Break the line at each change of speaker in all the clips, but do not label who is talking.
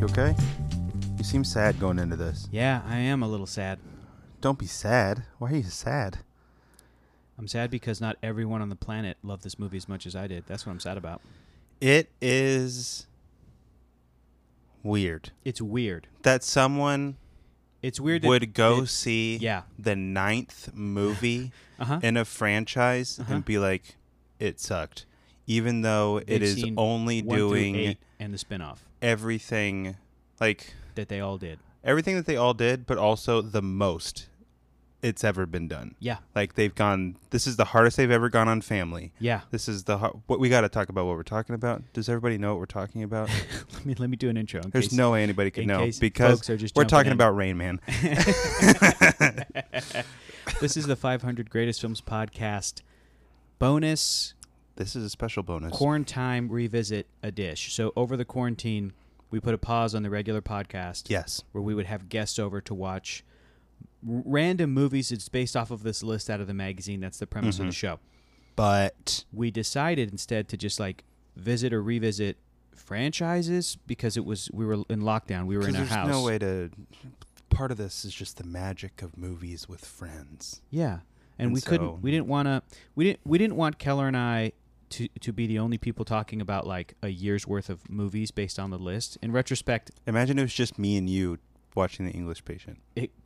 You okay? You seem sad going into this.
Yeah, I am a little sad.
Don't be sad. Why are you sad?
I'm sad because not everyone on the planet loved this movie as much as I did. That's what I'm sad about.
It is weird
It's weird.
that someone
It's weird. That
would go
that-
see
yeah.
the ninth movie
Uh-huh.
in a franchise
Uh-huh.
and be like, it sucked. Even though it
they've
is
seen
only
one through
doing
eight and the spinoff
everything, like
that they all did.
everything that they all did, but also the most it's ever been done.
Yeah,
Like they've gone, this is the hardest they've ever gone on family.
yeah.
This is the har- what we got to talk about. What we're talking about. Does everybody know what we're talking about?
let me let me do an intro. In
There's
case-
no way anybody could
in
know
case
because
folks are just
we're
jumping
talking
in.
about Rain Man.
This is the 500 Greatest Films podcast bonus
This is a special bonus.
quarantine revisit a dish. So over the quarantine, we put a pause on the regular podcast.
yes,
where we would have guests over to watch r- random movies. It's based off of this list out of the magazine. That's the premise
Mm-hmm.
of the show.
but
We decided instead to just like visit or revisit franchises because it was we were in lockdown. We were
because
in our
there's
house.
no way to. Part of this is just the magic of movies with friends.
Yeah, and,
And
we
so-
couldn't. We didn't want to. We didn't. We didn't want Keller and I to to be the only people talking about like a year's worth of movies based on the list. In retrospect,
Imagine it was just me and you watching The English Patient.
it.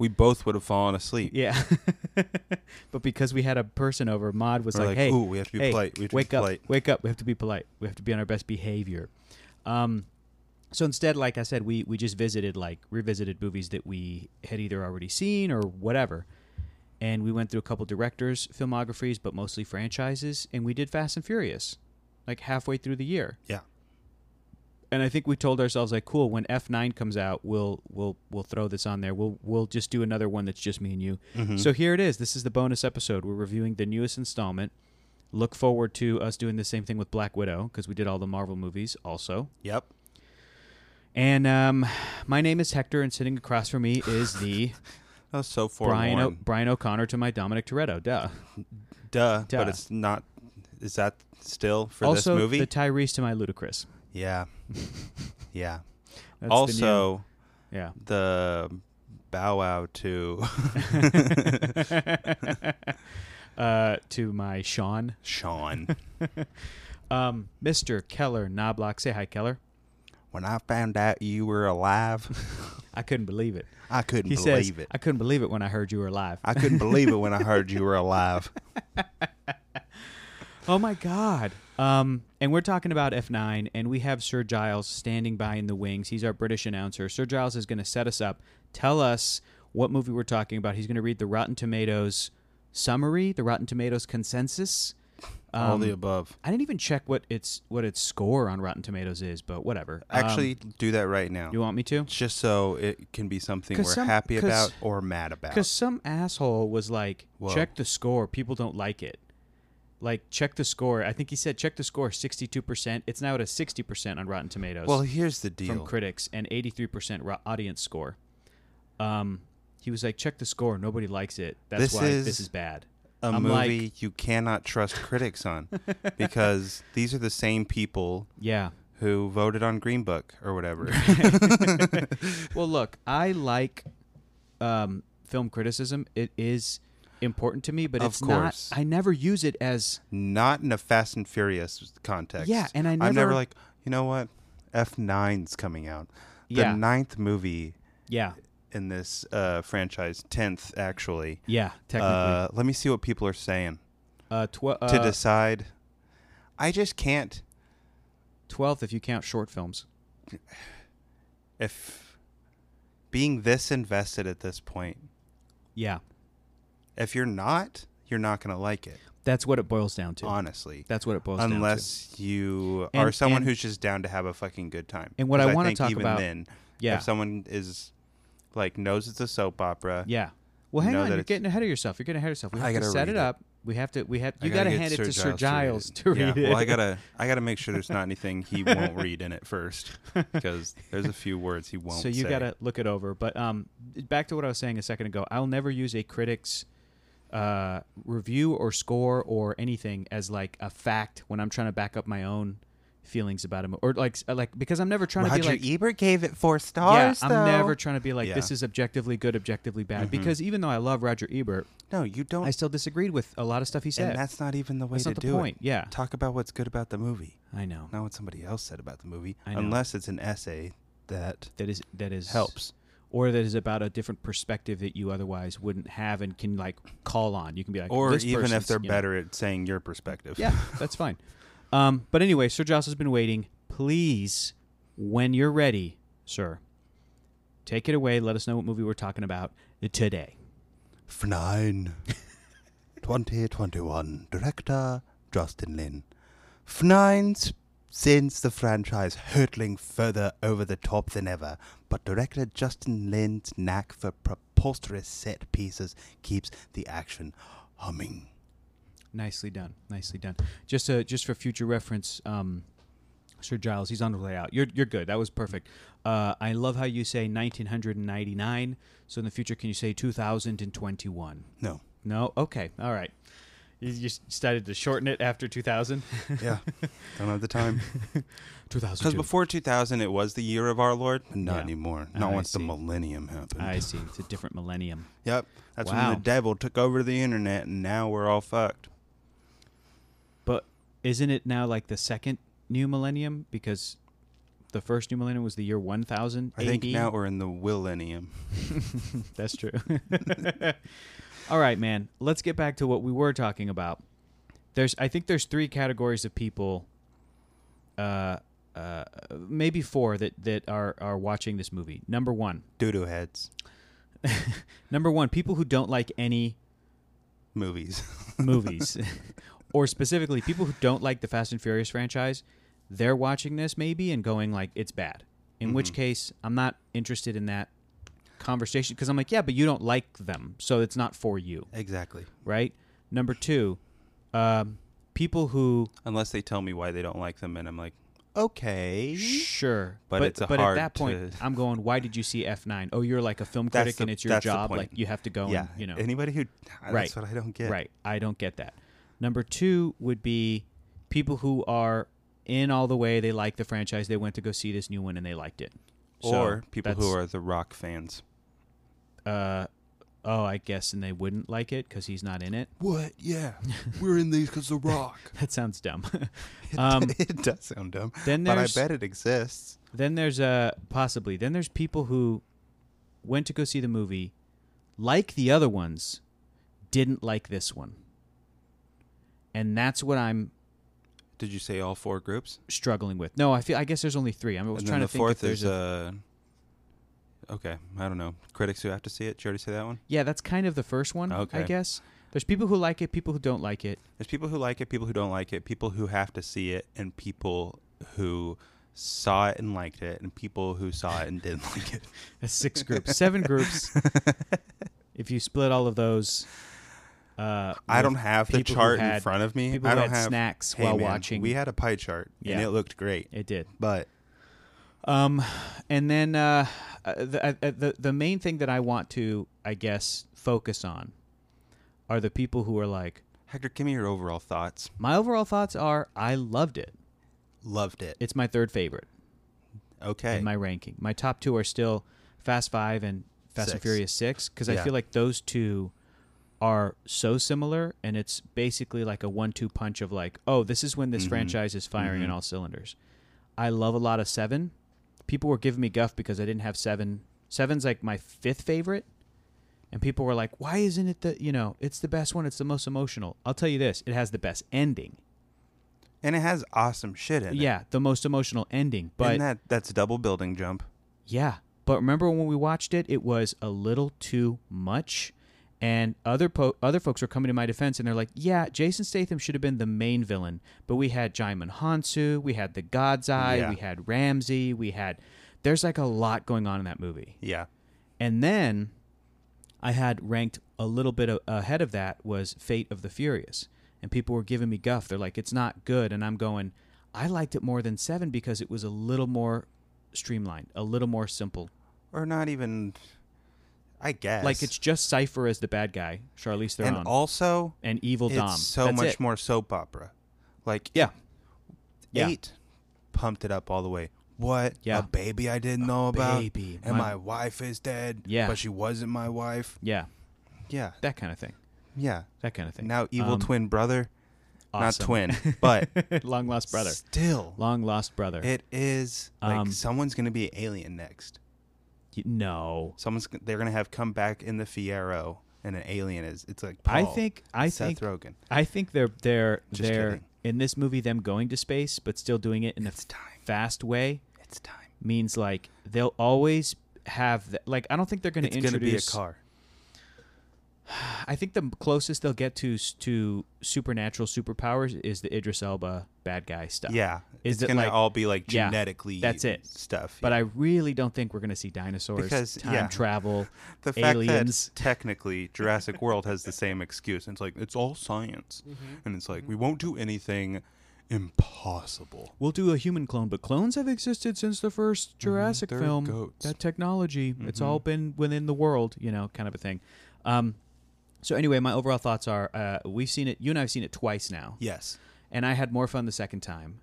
We both would have fallen asleep.
Yeah, but because we had a person over, Maud was
We're
like,
like,
"Hey,
"Ooh, we have to be
hey,
polite. We have to be
wake up!
polite."
Wake up! We have to be polite. We have to be on our best behavior." Um, so instead, like I said, we we just visited like revisited movies that we had either already seen or whatever, and we went through a couple directors' filmographies, but mostly franchises, and we did Fast and Furious, like halfway through the year
Yeah.
and I think we told ourselves like, cool, when F nine comes out, we'll we'll we'll throw this on there. We'll we'll just do another one that's just me and you.
Mm-hmm.
So here it is. This is the bonus episode. We're reviewing the newest installment. Look forward to us doing the same thing with Black Widow because we did all the Marvel movies also.
Yep.
And um, my name is Hector, and sitting across from me is the
That was so forewarned.
Brian oh, o- Brian O'Connor to my Dominic Toretto. Duh.
Duh,
Duh.
But it's not. Is that still for
also,
this movie?
the Tyrese to my Ludacris.
yeah. yeah.
That's the new-
also,
yeah.
the, Bow Wow to
uh, to my Sean.
Sean.
Um, Mr. Keller Knobloch. Say hi, Keller.
when I found out you were alive,
I couldn't believe it.
I couldn't
He
believe
says,
it.
I couldn't believe it when I heard you were alive.
I couldn't believe it when I heard you were alive.
oh my God. Um, and we're talking about F9, and we have Sir Giles standing by in the wings. He's our British announcer. Sir Giles is going to set us up, tell us what movie we're talking about. He's going to read the Rotten Tomatoes summary, the Rotten Tomatoes consensus. Um,
All the above.
I didn't even check what its what its score on Rotten Tomatoes is, but whatever. Um,
Actually, do that right now.
you want me to?
just so it can be something
'Cause
we're
some-
happy
'cause-
about or mad about.
Because some asshole was like,
Whoa.
check the score. People don't like it. Like, check the score. I think he said, check the score 62%. It's now at a 60% on Rotten Tomatoes
Well, here's the deal.
from critics and 83% ro- audience score. Um, he was like, check the score. Nobody likes it. That's
This
why
is
this is bad.
a
I'm like-
movie you cannot trust critics on because these are the same people
Yeah.
who voted on Green Book or whatever.
Well, look, I like um, film criticism. It is important to me, but
Of
it's
course.
not. I never use it as.
Not in a Fast and Furious context.
Yeah, and I
I'm never
never-
like, you know what? F9's coming out. The
Yeah.
ninth movie
Yeah.
in this uh, franchise, 10th actually.
Yeah. Technically.
Uh, let me see what people are saying
uh, tw- uh,
to decide. I just can't.
12th if you count short films.
If being this invested at this point,
Yeah.
if you're not, you're not going to like it,
That's what it boils down to.
honestly.
That's what it boils down to.
unless you
And-
are someone
and-
who's just down to have a fucking good time.
And what I
'Cause
wanna
think
talk
even
about-
then,
Yeah.
if someone is like knows it's a soap opera,
Yeah. Well, hang
know
on.
that
You're
it's-
getting ahead of yourself. You're getting ahead of yourself. We
I
have to
gotta
set
read
it
it.
up. We have to. We have.
I
You got to
get
hand it to Sir
Giles
Giles to read,
yeah.
it.
Well, I gotta, I gotta make sure there's not anything he won't read in it first, because there's a few words he won't.
So you
say.
gotta look it over. But um, back to what I was saying a second ago. I'll never use a critic's uh, review or score or anything as like a fact when I'm trying to back up my own feelings about him or like like because I'm never trying to be
Roger
like
Ebert gave it four
yeah,
stars.
I'm
though.
never trying to be like
Yeah.
this is objectively good, objectively bad because even though I love Roger Ebert,
No, you don't.
I still disagreed with a lot of stuff he said.
Oh. and that's not even the way
That's
to
not the
do
point,
it.
yeah.
Talk about what's good about the movie,
I know.
not what somebody else said about the movie.
I know.
Unless it's an essay that
That is that is
helps.
or that is about a different perspective that you otherwise wouldn't have and can like call on. You can be like
Or
"This
even if
person's,"
they're
you know.
better at saying your perspective.
Yeah, that's fine. Um, but anyway, Sir Joss has been waiting. Please, when you're ready, sir, take it away. Let us know what movie we're talking about today.
For nine. 2021. Director Justin Lin. Fnines sends the franchise hurtling further over the top than ever, but director Justin Lin's knack for preposterous set pieces keeps the action humming.
Nicely done. Nicely done. Just uh, just for future reference, um, Sir Giles, he's on the way out. You're you're good. That was perfect. Uh, I love how you say 1999. So in the future, can you say 2021?
No.
No. Okay. All right. You just started to shorten it after 2000.
Yeah. don't have the time.
2000.
Because before 2000, it was the year of our Lord. Not
Yeah.
anymore.
Oh,
Not
I
once the
see.
millennium happened.
I see. It's a different millennium.
Yep. That's
Wow.
when the devil took over the internet, and now we're all fucked.
But isn't it now like the second new millennium? Because the first new millennium was the year 1000.
I think
AD?
now we're in the millennium.
That's true. All right, man. Let's get back to what we were talking about. There's, I think, there's three categories of people, uh, uh, maybe four that that are are watching this movie. Number one,
Doo doo heads.
number one, people who don't like any
Movies.
movies, or specifically people who don't like the Fast and Furious franchise, they're watching this maybe and going like it's bad. In which case, I'm not interested in that conversation because I'm like, yeah, but you don't like them, so it's not for you,
exactly.
right? Number two, um, people who
Unless they tell me why they don't like them, and I'm like, okay.
sure,
But it's a
but
hard
at that point,
to-
I'm going, why did you see F9? Oh, you're like a film
That's
critic and
the-
it's your
that's the
job,
point.
like you have to go
yeah.
and you know,
Anybody who.
Right.
That's what I don't get.
Right. I don't get that. Number two would be people who are in all the way. They like the franchise. They went to go see this new one and they liked it. So
or people who
that's,
are the rock fans.
Uh, oh, I guess, and they wouldn't like it because he's not in it.
What? Yeah. We're in these because of Rock.
That sounds dumb. um,
it does sound dumb.
then
But I
there's
bet it exists.
then there's uh possibly then there's people who went to go see the movie, like the other ones, didn't like this one, and that's what I'm
Did you say all four groups?
struggling with. No, I feel I guess there's only three. I was
and
trying
then
to
the
think if
fourth
there's
is
a,
uh, okay. I don't know. Critics who have to see it. Did you already say that one?
yeah. That's kind of the first one, I
Okay.
guess. There's people who like it, people who don't like it.
There's people who like it, people who don't like it, people who have to see it, and people who saw it and liked it, and people who saw it and didn't like it.
That's six groups, seven groups. If you split all of those, uh,
I
with
don't have the
people who
chart in
had-
front of me.
people
I
who
don't
had
have
snacks
Hey,
while
man,
watching.
We had a pie chart, and
Yeah.
it looked great,
it did.
but
Um, and then uh, uh, the, uh, the the main thing that I want to, I guess, focus on are the people who are like,
Hector, give me your overall thoughts.
my overall thoughts are, I loved it.
Loved it.
It's my third favorite.
Okay.
in my ranking. My top two are still Fast Five and Fast and
Six.
Furious Six because I
Yeah.
feel like those two are so similar, and it's basically like a one-two punch of like, oh, this is when this
Mm-hmm.
franchise is firing in all cylinders. I love a lot of Seven. People were giving me guff because I didn't have Seven. Seven's like my fifth favorite, and people were like, why isn't it the you know it's the best one? It's the most emotional. I'll tell you this, it has the best ending.
and it has awesome shit in it.
Yeah, the most emotional ending. But
and that that's double building jump.
Yeah. But remember when we watched it, it was a little too much. And other po- other folks were coming to my defense, and they're like, "Yeah, Jason Statham should have been the main villain, but we had Jaimon Hansu, we had the God's Eye,
Yeah.
we had Ramsey, we had. There's like a lot going on in that movie.
Yeah.
And then I had ranked a little bit a- ahead of that was Fate of the Furious. And people were giving me guff. They're like, it's not good. And I'm going, I liked it more than seven because it was a little more streamlined, a little more simple.
Or not even I guess.
Like it's just Cypher as the bad guy, Charlize Theron,
and
and,
also
Evil
it's
Dom.
so
That's
much
it.
more soap opera. Like
Yeah. Yeah.
eight pumped it up all the way. What?
Yeah.
A baby I didn't know about?
baby.
And
My-
my wife is dead.
Yeah.
But she wasn't my wife.
Yeah,
Yeah.
that kind of thing.
Yeah.
That kind of thing.
Now evil
Um,
twin brother.
awesome.
Not twin, but
long lost brother,
Still.
long lost brother.
It is like
Um,
someone's gonna be an alien next.
Y- no,
Someone's g- they're gonna have come back in the Fiero, and an alien is. It's like
I
Paul,
think I
Seth
think
Rogen.
I think they're they're
Just
they're
kidding.
in this movie them going to space but still doing it in a
It's time.
fast way
It's time.
means like they'll always have that like I don't think they're going to
It's gonna be a
introduce
car.
I think the closest they'll get to s- to supernatural superpowers is the Idris Elba bad guy stuff.
Yeah.
Is
it's
it
gonna
like-
all be like
yeah,
genetically
that's it.
stuff.
But I really don't think we're going to see dinosaurs,
Because,
time
yeah.
travel,
the fact
aliens.
that technically Jurassic World has the same excuse. And it's like it's all science, and it's like we won't do anything impossible.
We'll do a human clone, but clones have existed since the first Jurassic
Mm, they're
film.
goats. Mm-hmm.
That technology, it's all been within the world, you know, kind of a thing. Um, so anyway, my overall thoughts are: uh, we've seen it. You and I have seen it twice now.
Yes.
and I had more fun the second time.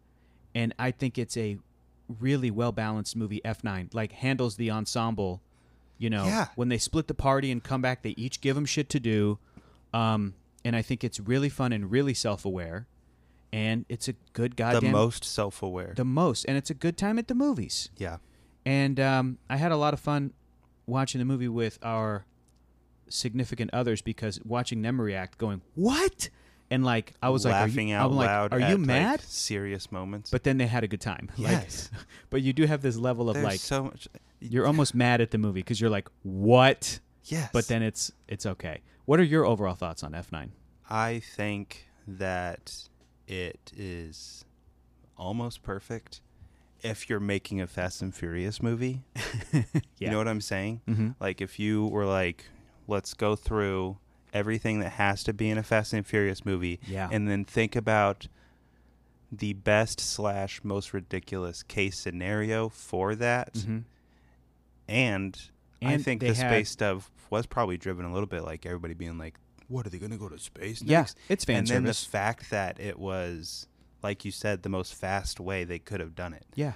And I think it's a really well balanced movie. F nine like handles the ensemble. You know,
Yeah.
when they split the party and come back, they each give them shit to do. Um, and I think it's really fun and really self aware. And it's a good
the
goddamn
most self-aware.
the most, and it's a good time at the movies.
yeah.
And um, I had a lot of fun watching the movie with our significant others because watching them react, going "What?" and like I was like,
laughing
are you,
out
I'm like,
loud.
"Are
at,
you
like,
mad?"
serious moments.
but then they had a good time. Like,
Yes.
but you do have this level of
there's
like
so much.
you're almost mad at the movie because you're like, what?
Yes.
But then it's it's okay. What are your overall thoughts on F9?
I think that it is almost perfect if you're making a Fast and Furious movie.
Yeah.
You know what I'm saying?
Mhm.
Like if you were like, let's go through everything that has to be in a Fast and Furious movie,
Yeah.
and then think about the best slash most ridiculous case scenario for that,
Mhm.
and, I
And
think
they
the
had-
space stuff was probably driven a little bit like everybody being like, what are they gonna go to space
Yeah,
next?
it's fan
and then the
service.
fact that it was like you said the most fast way they could have done it
Yeah.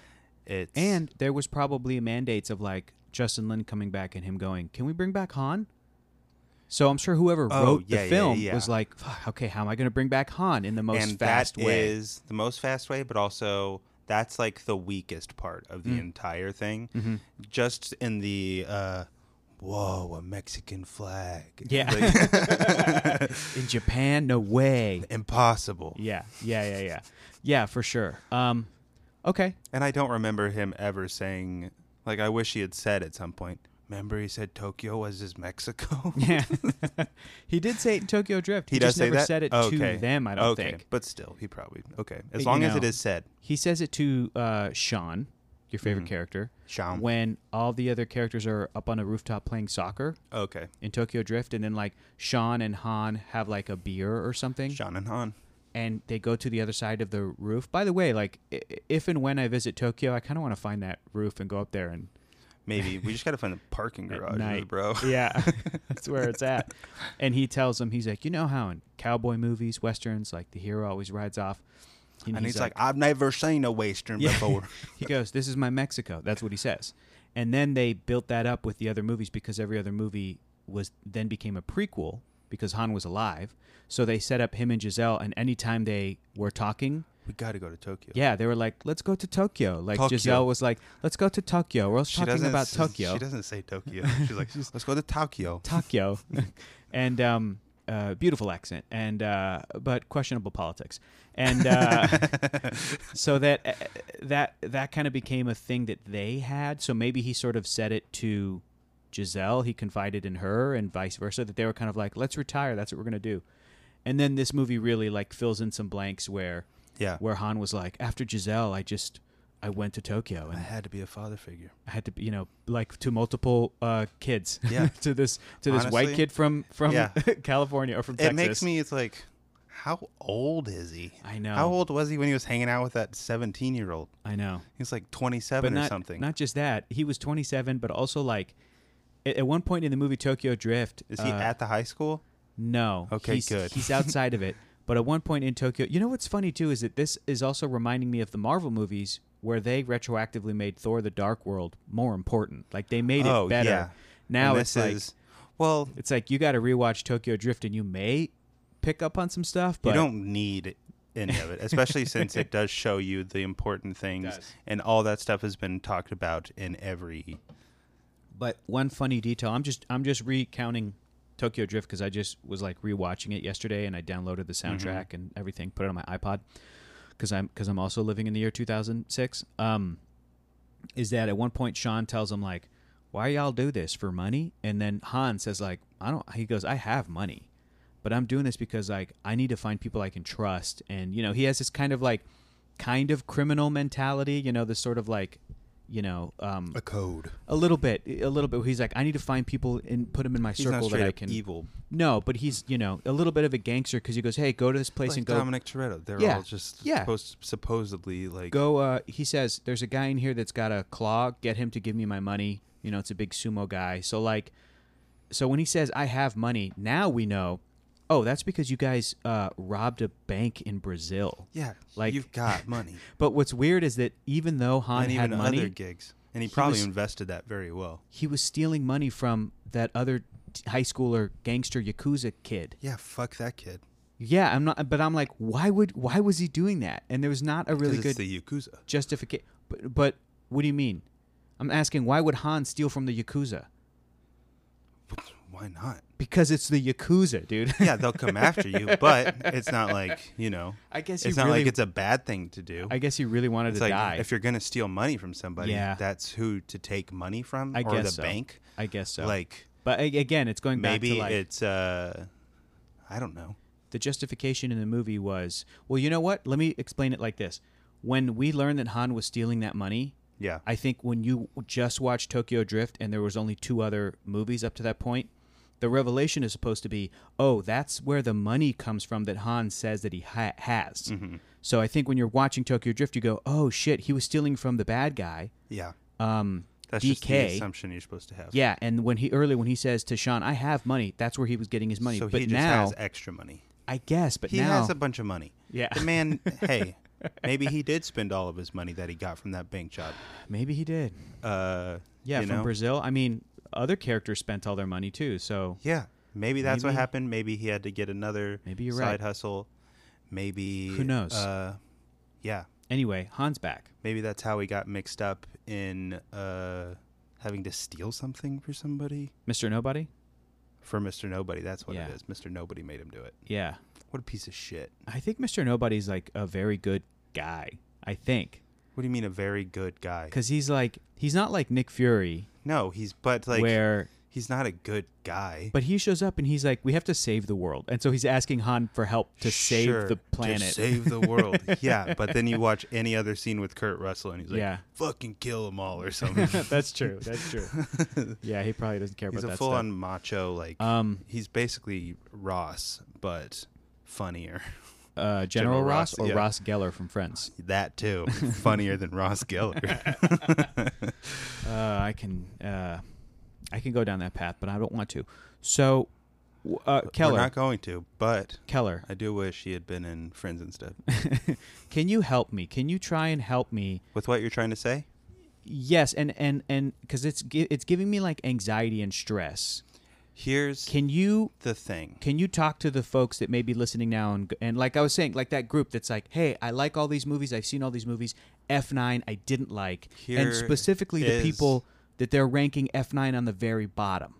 it's
And there was probably mandates of like Justin Lin coming back and him going, "Can we bring back Han?" So I'm sure whoever
Oh,
wrote
yeah,
the
yeah,
film
yeah.
was like, "Fuck, "Okay, how am I going to bring back Han in the most
and
fast
that
way?"
is the most fast way but also that's like the weakest part of
Mm.
the entire thing
Mm-hmm.
just in the uh whoa a mexican flag
Yeah.
Like,
in Japan, no way.
impossible
Yeah, yeah, yeah, yeah, yeah, for sure. Um, okay,
and i don't remember him ever saying like i wish he had said at some point remember he said tokyo was his mexico
Yeah. he did say it in Tokyo Drift. He,
He does
just
say
never
that.
said it
okay.
to them, I don't
okay.
think.
But still, he probably okay. As
You
long as
know.
it is said,
He says it to uh, Sean, your favorite character.
Mm-hmm. Sean.
When all the other characters are up on a rooftop playing soccer
okay.
in Tokyo Drift, and then like Sean and Han have like a beer or something,
Sean and Han.
and they go to the other side of the roof. By the way, like i- if and when I visit Tokyo, I kind of want to find that roof and go up there and
Maybe we just gotta find the parking
at
garage,
night.
bro.
Yeah, that's where it's at. And he tells him, he's like, you know how in cowboy movies, westerns, like the hero always rides off,
And he's, like, I've never seen a western before.
he goes, this is my Mexico. That's what he says. And then they built that up with the other movies because every other movie was then became a prequel because Han was alive. So they set up him and Giselle, and anytime they were talking,
we gotta go to Tokyo.
yeah, they were like, "Let's go to Tokyo." Like
Tokyo.
Giselle was like, "Let's go to Tokyo." We're talking about
s-
Tokyo.
She doesn't say Tokyo. She's like, let's go to Tokyo.
Takyo, and um, uh, beautiful accent, and uh, but questionable politics, and uh, so that uh, that that kind of became a thing that they had. So maybe he sort of said it to Giselle. He confided in her, and vice versa. That they were kind of like, "Let's retire. That's what we're gonna do." And then this movie really like fills in some blanks where
Yeah.
where Han was like, "After Giselle, I just." I went to Tokyo
I
and
had to be a father figure.
I had to, be, you know, like to multiple uh, kids.
Yeah.
to this to this white
Honestly,
kid from from
yeah.
California or from
It
Texas.
makes me. It's like, how old is he?
I know.
How old was he when he was hanging out with that seventeen-year-old?
I know,
He's like
but
twenty-seven
not
or something.
not just that. He was 27, but also like at, at one point in the movie Tokyo Drift.
is he
uh,
at the high school?
No.
Okay,
he's,
good.
He's outside of it. But at one point in Tokyo, you know what's funny too is that this is also reminding me of the Marvel movies where they retroactively made Thor: The Dark World more important. Like they made it
Oh,
better.
yeah.
Now
And
it's like
well,
it's like you got to rewatch Tokyo Drift, and you may pick up on some stuff, but
you don't need any of it, especially since it does show you the important things,
does.
and all that stuff has been talked about in every.
But one funny detail, I'm just I'm just recounting Tokyo Drift because I just was like rewatching it yesterday, and I downloaded the soundtrack and everything, put it on my iPod because I'm because I'm also living in the year 2006. Um, is that at one point Sean tells him like, "Why y'all do this for money?" And then Han says like, "I don't." He goes, "I have money, but I'm doing this because like I need to find people I can trust." And you know, he has this kind of like kind of criminal mentality. You know, this sort of like you know um,
code.
a little bit, a little bit. He's like, I need to find people and put them in my
He's not
circle
straight
that I
up
can.
evil.
No, but he's you know a little bit of a gangster because he goes, hey, go to this place
Like
and go.
Dominic Toretto, they're
Yeah,
all just
yeah.
supposed, supposedly like
Go. Uh, he says, there's a guy in here that's got a claw. Get him to give me my money. You know, it's a big sumo guy. So like, so when he says I have money, now we know. Oh, that's because you guys uh, robbed a bank in Brazil.
yeah,
like-
like you've got money
But what's weird is that even though Han
and
had
even
money,
other gigs, and he, probably
was-
invested that very well.
he was stealing money from that other t- high schooler gangster yakuza kid.
Yeah, fuck that kid.
Yeah, I'm not, but I'm like, why would, why was he doing that? And there was not a
'Cause
really
it's
good
the Yakuza.
justification. But, but what do you mean? I'm asking, why would Han steal from the Yakuza?
Why not?
Because it's the Yakuza, dude.
Yeah, they'll come after you, but it's not like you know.
I guess
it's
he
not
really,
like it's a bad thing to do.
I guess he really wanted
It's
to
like
die.
if you're gonna steal money from somebody,
Yeah.
that's who to take money from,
I
or
guess
the
so.
bank.
I guess so.
Like
but a- again, it's going back
maybe
to like
it's uh, I don't know.
the justification in the movie was, well, you know what? Let me explain it like this. When we learned that Han was stealing that money,
Yeah,
I think when you just watched Tokyo Drift and there was only two other movies up to that point, the revelation is supposed to be, oh, that's where the money comes from that Han says that he ha- has.
Mm-hmm.
So I think when you're watching Tokyo Drift, you go, oh shit, he was stealing from the bad guy.
yeah.
Um,
That's just the
DK.
assumption you're supposed to have.
yeah, and when he earlier when he says to Sean, I have money, that's where he was getting his money.
So
but
he just
now,
has extra money.
I guess, but
He
now,
has a bunch of money.
Yeah.
The man. hey, maybe he did spend all of his money that he got from that bank job.
maybe he did.
Uh,
Yeah,
you
from
know?
Brazil. I mean, other characters spent all their money too. So
Yeah. Maybe that's
Maybe-
what happened. Maybe he had to get another
Maybe you're
side
right.
hustle. Maybe
Who knows?
Uh, yeah.
anyway, Han's back.
Maybe that's how he got mixed up in uh, having to steal something for somebody.
Mr. Nobody?
For Mr. Nobody, that's what
Yeah.
it is. Mr. Nobody made him do it.
Yeah.
What a piece of shit.
I think Mr. Nobody's like a very good guy. I think
What do you mean a very good guy?
because he's like he's not like Nick Fury,
No, he's but like
where
he's not a good guy.
but he shows up and he's like, we have to save the world, and so he's asking Han for help to
Sure,
save the planet.
To save the world. yeah, but then you watch any other scene with Kurt Russell and he's like
Yeah.
fucking kill them all or something.
That's true. That's true. yeah, he probably doesn't care
he's
about
a
that
full
stuff.
on macho like
um,
he's basically Ross but funnier.
uh, General,
General Ross,
Ross, or
yeah.
Ross Geller from Friends.
That too. Funnier than Ross Geller.
Uh, I can uh, I can go down that path, but I don't want to. So w- uh, Keller,
We're not going to, but
Keller,
I do wish he had been in Friends instead.
can you help me? Can you try and help me?
With what you're trying to say?
Yes, and and and because it's gi- it's giving me like anxiety and stress.
Here's
Can you
the thing.
can you talk to the folks that may be listening now and and like I was saying, like that group that's like, hey, I like all these movies. I've seen all these movies. F nine, I didn't like, and
Here
specifically the
is-
people that they're ranking F nine on the very bottom.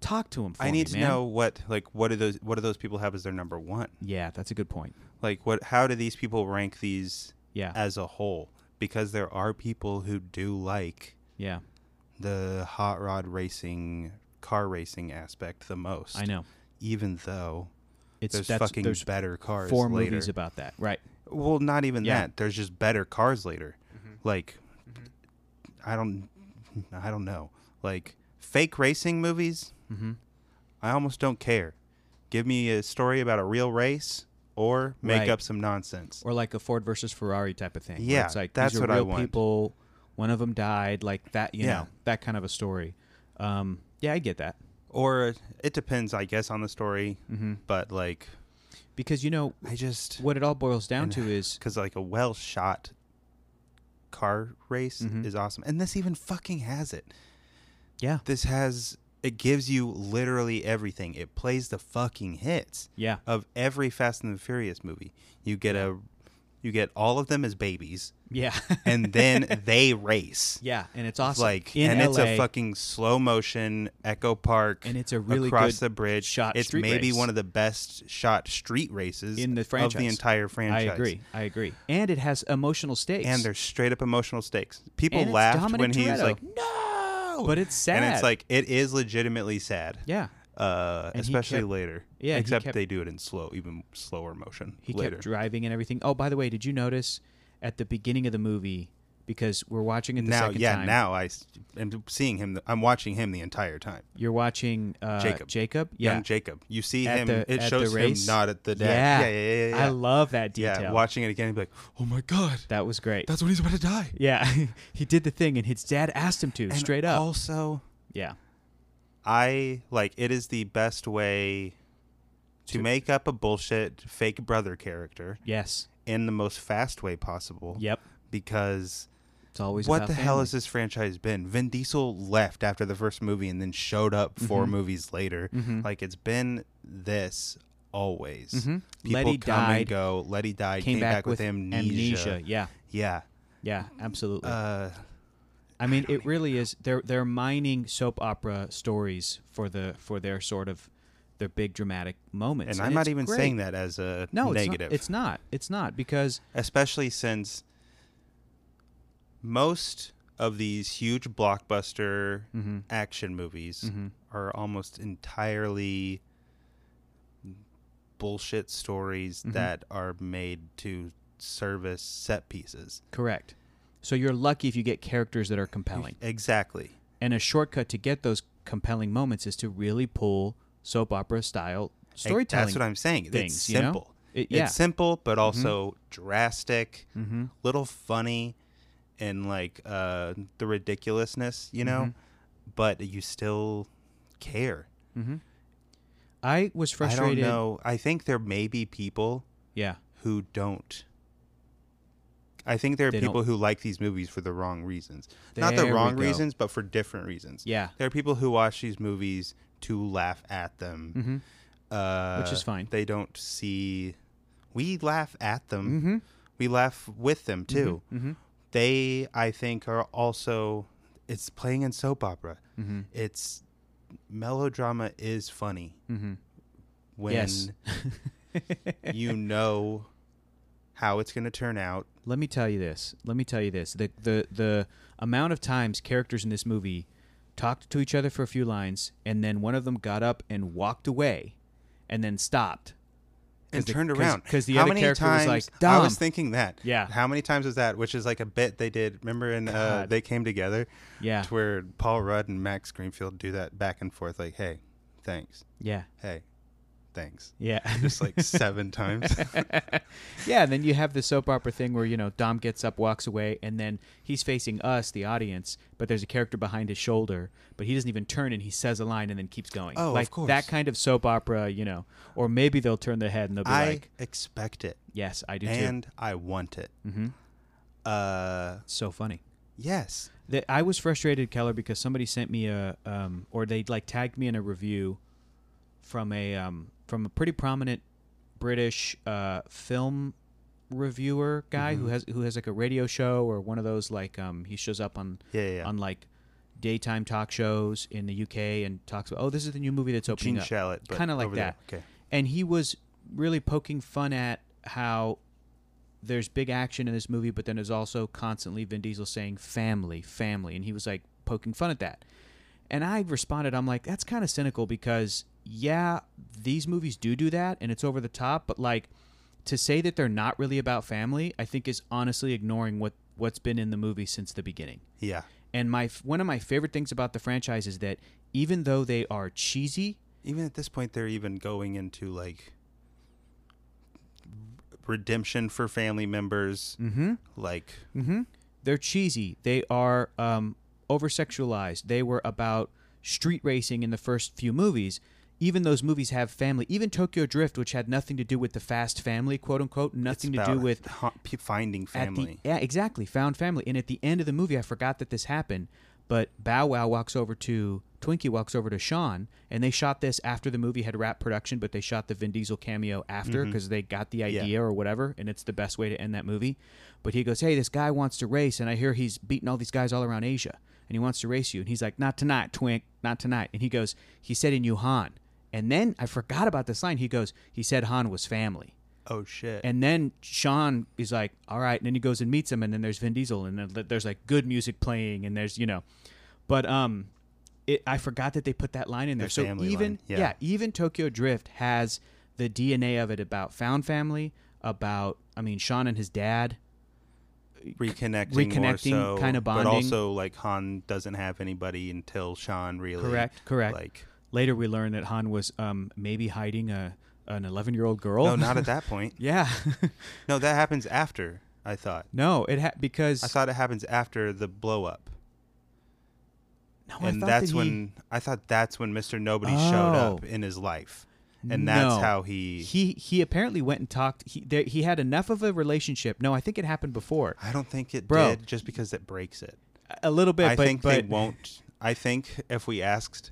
Talk to them. For
I
me,
need to
man.
know what like what do those what do those people have as their number one?
Yeah, that's a good point.
Like what how do these people rank these
Yeah,
as a whole? Because there are people who do like
yeah,
the hot rod racing car racing aspect the most.
I know.
Even though
It's
there's
that's,
fucking
there's
better cars
four
later.
movies about that, right?
well, not even
Yeah.
that. There's just better cars later. Like I don't I don't know. Like fake racing movies,
Mm-hmm.
I almost don't care. Give me a story about a real race or make
Right.
up some nonsense.
or like a Ford versus Ferrari type of thing. where
Yeah,
it's like
that's
these are
what I
real
want.
people. One of them died, like that. You
Yeah.
know, that kind of a story. Um, yeah, I get that
Or it depends, I guess, on the story. But like,
because you know
Mm-hmm. I just
what it all boils down
And-
to is
because like a well shot car race
Mhm.
is awesome. And this even fucking has it.
Yeah.
This has it gives you literally everything. It plays the fucking hits
Yeah.
of every Fast and the Furious movie. You get a you get all of them as babies
Yeah.
and then they race.
yeah, and it's
It's
awesome.
Like
In
and it's
LA,
a fucking slow motion Echo Park
And it's a really
across
good
the bridge
shot
It's
street
maybe
race.
one of the best shot street races
In the
of the
franchise.
entire
I
franchise.
agree. I agree. And it has emotional stakes.
And there's straight up emotional stakes. People
And it's
laughed
Dominic
when he's
Toretto.
like, "No,"
But it's sad.
and it's like it is legitimately sad.
yeah,
Uh,
And he
especially
kept-
later.
yeah, he
Except
kept-
they do it in slow, even slower motion
he
later.
kept driving and everything. Oh, by the way, did you notice at the beginning of the movie because we're watching it the
now,
second
yeah,
time?
now I s- am seeing him. I'm watching him the entire time.
you're watching uh,
Jacob.
Jacob, yeah,
Young Jacob. You see
At
him.
the-
it
at
shows
the race?
him not at the
Yeah.
death. Yeah, yeah, yeah. yeah,
I
yeah.
love that detail.
Yeah, watching it again, he'd be like, "Oh my god,
that was great.
that's when he's about to die."
yeah, he did the thing, and his dad asked him to
And
straight up.
Also,
yeah,
I like it is the best way to
To-
make up a bullshit fake brother character
yes,
in the most fast way possible.
yep.
Because
It's always
what
about
the hell
family.
has this franchise been? Vin Diesel left after the first movie and then showed up 4
Mm-hmm.
movies later.
Mhm.
Like it's been this always.
Mhm.
People
Letty
come
died,
and go. Letty died.
Came, back, with
amnesia.
amnesia. Yeah,
Yeah.
yeah, absolutely.
Uh,
I mean, it really is. They're they're mining soap opera stories for the for their sort of their big dramatic moments.
and I'm not
it's
even
great.
saying that as a
No,
negative.
It's not, it's not. It's not because
especially since most of these huge blockbuster
Mhm.
action movies
Mhm.
are almost entirely bullshit stories
Mm-hmm.
that are made to service set pieces.
correct. So you're lucky if you get characters that are compelling.
Exactly.
And a shortcut to get those compelling moments is to really pull soap opera style
Like,
storytelling.
That's what I'm saying.
things,
it's
you know?
simple.
It- yeah. Mm-hmm.
It's simple, but also drastic,
Mhm.
little funny, and like uh, the ridiculousness, you know.
Mm-hmm.
But you still care.
I was frustrated.
I don't know. I think there may be people
Yeah.
who don't. I think there are
They don't-
people who like these movies for the wrong reasons. Not the
There we
wrong
go.
reasons, but for different reasons.
Yeah.
There are people who watch these movies to laugh at them.
hmm
Uh,
Which is fine.
They don't see. We laugh at
Mm-hmm.
them. We laugh with them too.
mhm.
They, I think, are also. It's playing in soap opera.
Mhm.
It's melodrama is funny
Mhm.
when
Yes.
you know how it's going to turn out.
Let me tell you this. Let me tell you this. The the the amount of times characters in this movie talked to each other for a few lines and then one of them got up and walked away and then stopped.
And
'Cause the-
turned
'cause-
around
'cause the
How
other
many
character was
times-
like,
I was
"Dumb."
thinking that.
Yeah.
How many times was that? Which is like a bit they did. Remember in uh,
God.
they came together,
Yeah.
to where Paul Rudd and Max Greenfield do that back and forth, like, "Hey, thanks.
Yeah.
Hey, thanks."
Yeah.
Just like seven times.
yeah, and then you have the soap opera thing where, you know, Dom gets up, walks away, and then he's facing us, the audience, but there's a character behind his shoulder, but he doesn't even turn and he says a line and then keeps going.
Oh, of
like
course.
that kind of soap opera, you know. Or maybe they'll turn their head and they'll be
I
like,
expect it,
Yes, I do
and I want it.
too. hmm
Uh,
So funny.
yes.
that I was frustrated, Keller, because somebody sent me a um, or they like tagged me in a review from a um, from a pretty prominent British uh, film reviewer guy who has who has like a radio show or one of those like um, he shows up on
Yeah, yeah. yeah.
on like daytime talk shows in the UK and talks about oh this is the new movie that's opening
Gene
up
Shalit, but
kind of like
over there.
that
Okay.
and he was really poking fun at how there's big action in this movie, but then there's also constantly Vin Diesel saying family, family, and he was like poking fun at that. And I responded, I'm like, that's kind of cynical because yeah, these movies do do that, and it's over the top, but like to say that they're not really about family, I think is honestly ignoring what what's been in the movie since the beginning.
Yeah.
And my one of my favorite things about the franchise is that even though they are cheesy,
even at this point they're even going into like redemption for family members
mm-hmm.
like
Mm-hmm. They're cheesy. They are um, over sexualized. They were about street racing in the first few movies. even those movies have family. Even Tokyo Drift, which had nothing to do with the Fast Family, quote unquote, nothing to do
about
with
ha- pe- finding family.
at the, yeah, exactly. Found family. And at the end of the movie, I forgot that this happened, but Bow Wow walks over to Twinkie, walks over to Sean, and they shot this after the movie had wrapped production, but they shot the Vin Diesel cameo after because they got the idea or whatever, and it's the best way to end that movie. But he goes, Hey, this guy wants to race, and I hear he's beating all these guys all around Asia, and he wants to race you. And he's like, Not tonight, Twink, not tonight. And he goes, He said in Yuhan. And then I forgot about this line. He goes, He said Han was family.
oh shit!
And then Sean is like, all right. And then he goes and meets him. And then there's Vin Diesel. And then there's like good music playing. And there's, you know, but um, it, I forgot that they put that line in there.
The
so
family
even,
line, yeah.
even Tokyo Drift has the DNA of it about found family, about, I mean, Sean and his dad.
reconnecting,
reconnecting,
more so,
kinda
But
bonding.
also, like Han doesn't have anybody until Sean really
Correct, correct.
Like
Later, we learn that Han was um, maybe hiding a an 11 year old girl.
no, not at that point.
yeah.
No, that happens after. I thought.
no, it ha- because.
I thought it happens after the blow up,
no, Oh, I
and
thought
that's
that he-
when I thought that's when Mister Nobody showed up
Oh.
in his life, and that's
No.
how he.
he he apparently went and talked. He there, he had enough of a relationship. No, I think it happened before
I don't think it
Bro.
did just because it breaks it.
a little bit.
I
but,
think they
but,
won't. I think if we asked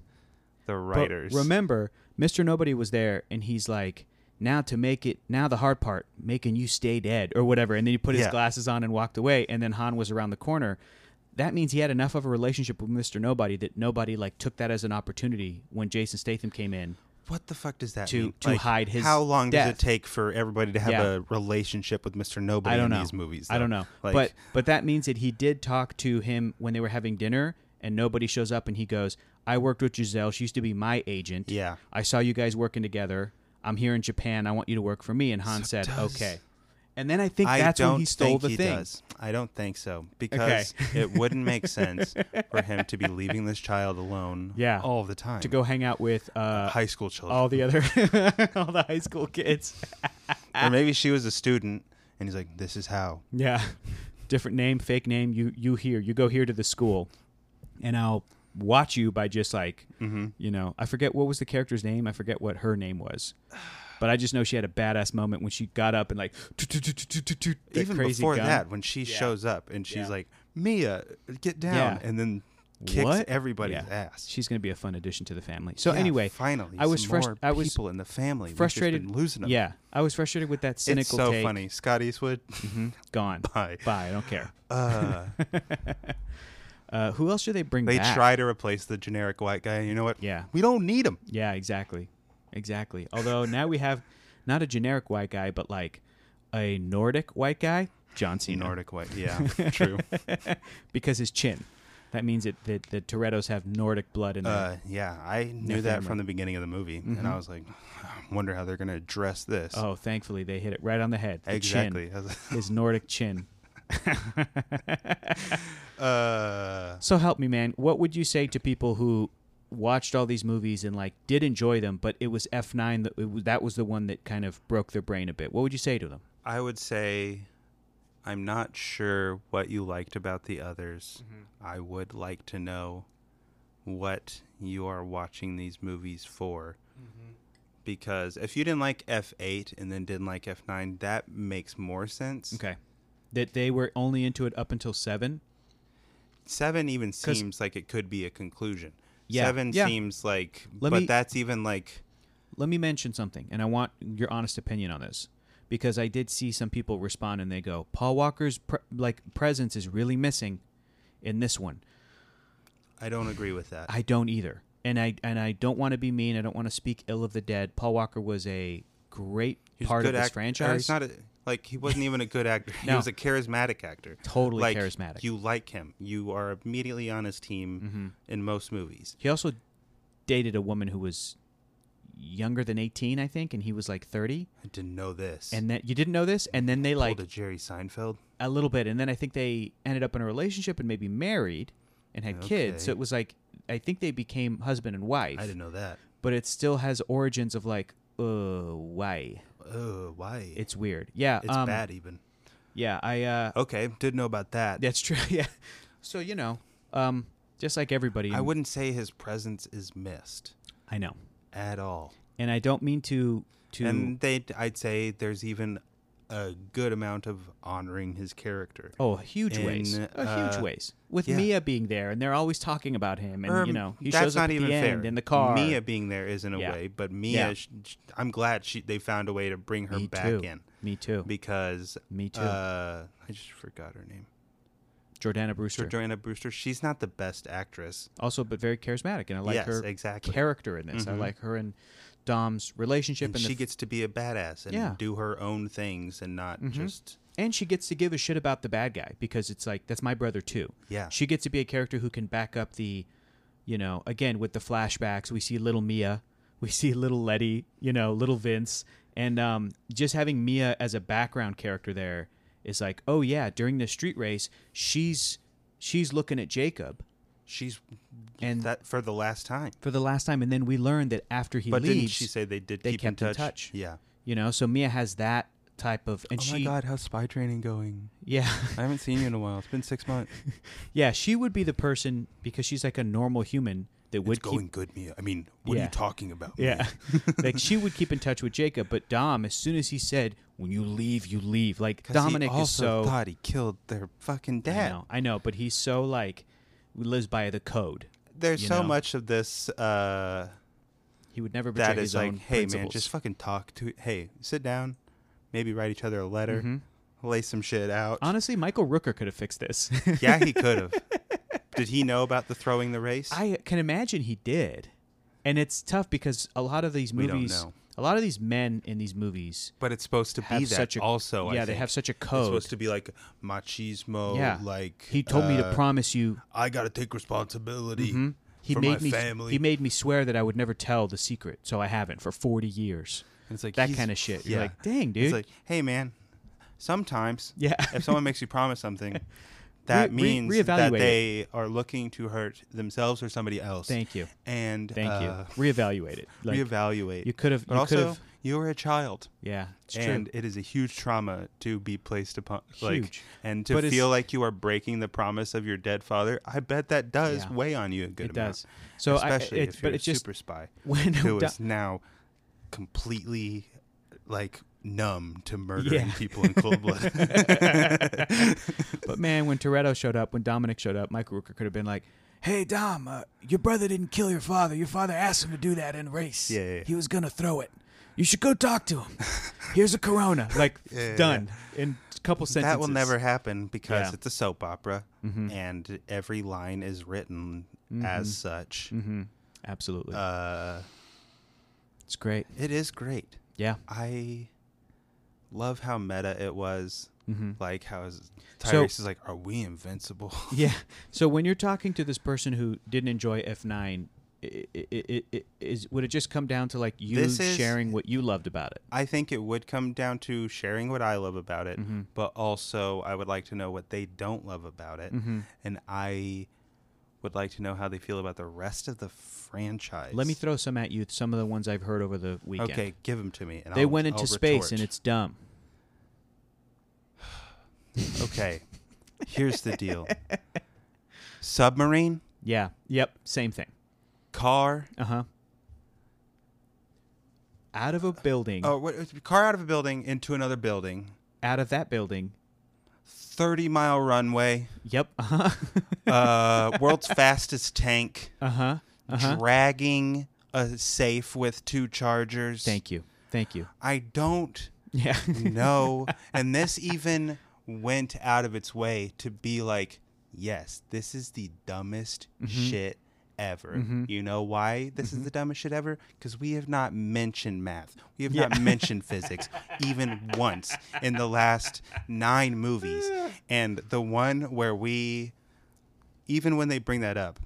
the
but
writers,
remember, Mister Nobody was there, and he's like, "Now to make it, now the hard part, making you stay dead or whatever." And then he put his
Yeah.
glasses on and walked away. And then Han was around the corner. That means he had enough of a relationship with Mister Nobody that nobody like took that as an opportunity when Jason Statham came in.
what the fuck does that
to-
mean?
to hide his
How long does
death.
it take for everybody to have
Yeah.
a relationship with Mister Nobody
I don't
in
know.
these movies?
I don't
though?
know.
Like,
but but that means that he did talk to him when they were having dinner, and nobody shows up, and he goes, "I worked with Giselle. She used to be my agent.
Yeah.
I saw you guys working together. I'm here in Japan. I want you to work for me." And Han said,
does-
"Okay." And then I think
I
that's
don't
when he stole
think
the
he
thing.
does. I don't think so because it wouldn't make sense for him to be leaving this child alone.
Yeah.
all the time
To go hang out with uh,
high school children,
all the other all the high school kids.
oh, or maybe she was a student, and he's like, "This is how."
Yeah. Different name, fake name. You you here. You go here to the school, and I'll watch you by just like
Mm-hmm.
you know. I forget what was the character's name. I forget what her name was, but I just know she had a badass moment when she got up and like toot, toot, toot, toot, toot, toot, that
Even
crazy
before
gun.
that, when she shows up and she's
Yeah.
like, "Mia, get down,"
Yeah.
and then kicks
What?
everybody's
Yeah.
ass.
She's gonna be a fun addition to the family. So
Yeah,
anyway,
finally,
I was
some
frus-
more
I was
people in the family We've just
frustrated.
been losing them.
Yeah, I was frustrated with that
it's
cynical.
so
take. Mm-hmm.
funny. Scott Eastwood.
Gone.
Bye.
Bye. I don't care.
Uh,
Uh, who else should they bring
they
back?
try to replace the generic white guy. and You know what?
Yeah.
we don't need him.
Yeah, exactly. Exactly. Although now we have not a generic white guy, but like a Nordic white guy, John Cena.
Nordic white. Yeah, true.
Because his chin. That means it, that the Toretto's have Nordic blood in them.
Uh, yeah, I knew that
family.
from the beginning of the movie, and I was like, I wonder how they're going to address this.
Mm-hmm. oh, thankfully they hit it right on the head. The
exactly.
Chin, his Nordic chin.
uh,
So help me, man. What would you say to people who watched all these movies and like did enjoy them, but it was F9 that it was, that was the one that kind of broke their brain a bit? What would you say to them?
I would say, I'm not sure what you liked about the others.
Mm-hmm.
I would like to know what you are watching these movies for.
Mm-hmm.
Because if you didn't like F8 and then didn't like F9, that makes more sense.
Okay. That they were only into it up until 7?
Seven even
'Cause-
seems like it could be a conclusion.
Yeah,
Seven
yeah.
seems like,
Let
but
me-
that's even like
let me mention something, and I want your honest opinion on this because I did see some people respond and they go, "Paul Walker's pre- like presence is really missing in this one."
I don't agree with that.
I don't either, and I and I don't want to be mean. I don't want to speak ill of the dead. Paul Walker was a great
He was a
part of
good
this
act- or
franchise.
He's not a, like he wasn't even a good actor. He
No.
was a charismatic actor.
Totally
Like,
charismatic.
You like him. You are immediately on his team
Mm-hmm.
in most movies.
he also dated a woman who was younger than 18 i think and he was like 30
I didn't know this.
and that you didn't know this and then they
like
like
to Jerry Seinfeld.
a little bit and then i think they ended up in a relationship and maybe married and had kids so
Okay.
it was like i think they became husband and wife
I didn't know that.
but it still has origins of like uh why
Oh, why?
it's weird yeah
It's
um,
bad even.
yeah i uh
Okay, didn't know about that.
that's true yeah so you know um just like everybody
I
in-
wouldn't say his presence is missed.
i know
at all.
and I don't mean to to
And they, I'd say, there's even a good amount of honoring his character.
oh huge ways,
and,
oh,
uh,
huge ways. With
yeah.
Mia being there, and they're always talking about him, and
Or,
you know he
Um, that's
shows up
not
at
even
the
fair.
end in the car.
Mia being there isn't a
Yeah.
way, but Mia,
Yeah.
sh sh- I'm glad she they found a way to bring her
me
back
too.
in
Me too.
because
Me too.
uh, I just forgot her name.
Jordana Brewster,
Joanna Brewster. She's not the best actress.
also but very charismatic, and I like
yes,
her
exactly.
character in this. I
Mhm.
like her and Dom's relationship,
and
and the
she gets to be a badass and
Yeah. Mm-hmm.
do her own things and not just
and she gets to give a shit about the bad guy because it's like that's my brother too.
yeah.
She gets to be a character who can back up the, you know, again with the flashbacks we see little Mia, we see little Letty, you know, little Vince, and um, just having Mia as a background character there is like, oh yeah, during the street race, she's she's looking at Jacob
She's
and
that for the last time.
for the last time, and then we learn that after he
But
leaves,
didn't she say they did
they
keep
kept
in
in
touch?
touch.
Yeah.
you know, so Mia has that type of and she
Oh how's spy training going?
yeah
I haven't seen you in a while. It's been six months.
yeah she would be the person because she's like a normal human that would
It's
keep
going good, Mia. I mean, what are
Yeah.
you talking about?
Yeah.
Mia?
like she would keep in touch with Jacob, but Dom, as soon as he said, when you leave, you leave, like
'Cause he
Dominic is
also
so.
thought he killed their fucking
I
dad.
know, I know, but he's so like, lives by the code.
There's
You
so
know?
much of this uh,
He would never betray
that
his
is
own
like, hey man,
principles.
just fucking talk to. Hey, sit down, maybe write each other a letter,
Mhm.
lay some shit out.
Honestly, Michael Rooker could have fixed this.
yeah, he could have. Did he know about the throwing the race?
I can imagine he did, and it's tough because a lot of these
We don't
movies,
know.
a lot of these men in these movies
but it's supposed to
have
be that
such a
also. I
yeah, they
think.
have such a
It's
code.
supposed to be like machismo.
Yeah.
like
he told me to
uh,
promise you
I gotta take responsibility.
Mhm. He
for my
made me.
family.
He made me swear that I would never tell the secret, so I haven't for forty years.
It's like
That
he's-
kind of shit. You're
yeah.
like, dang, dude.
It's like, hey man, sometimes
yeah.
if someone makes you promise something, that
Re- re-
means that
reevaluate it.
they are looking to hurt themselves or somebody else.
Thank you.
and
Thank
uh,
you. Reevaluate it. Like,
reevaluate.
you could have.
but
You could
also,
have.
you were a child,
Yeah. It's
and
true.
it is a huge trauma to be placed upon. Like,
Huge.
and to
But it's-
feel like you are breaking the promise of your dead father. I bet that does
Yeah.
weigh on you a good
It
amount.
does. So
especially
I, it,
if you're
but
a
it's just
super spy
when
who
Do-
is now completely like numb to murdering
Yeah.
people in cold blood.
But man, when Toretto showed up, when Dominic showed up, Michael Rooker could have been like, "Hey Dom, uh, your brother didn't kill your father. Your father asked him to do that in a race.
Yeah, yeah, yeah.
he was gonna throw it. You should go talk to him. Here's a Corona. Like
yeah,
done in a couple sentences.
That will never happen because
Yeah. Mm-hmm.
it's a soap opera and every line is written as such.
hmm Absolutely,
Uh,
it's great.
it is great.
Yeah.
I love how meta it was.
Mm-hmm.
Like how is,
So-
Tyrese is like, "Are we invincible?"
Yeah. So when you're talking to this person who didn't enjoy F9, i i i i is would it just come down to like you
This is-
sharing what you loved about it?
I think it would come down to sharing what I love about it,
Mhm.
but also I would like to know what they don't love about it,
Mm-hmm.
and I would like to know how they feel about the rest of the franchise.
Let me throw some at you. Some of the ones I've heard over the weekend.
Okay, give them to me. And
They
I'll-
went into
I'll
space and
retort.
it's dumb.
Okay. Here's the deal. Submarine,
Yeah. Yep. Same thing.
car,
Uh huh. Out of a building,
oh, what, it's- car out of a building into another building,
out of that building.
30 mile runway,
Yep. Uh huh.
uh, world's fastest tank,
Uh huh. Uh huh.
dragging a safe with two chargers.
Thank you. Thank you.
I don't
Yeah.
know. and this even went out of its way to be like, yes, this is the dumbest shit ever. You know why this is the dumbest shit ever? Because we have not mentioned math. We have not mentioned physics even once in the last nine movies. And the one where we, even when they bring that up,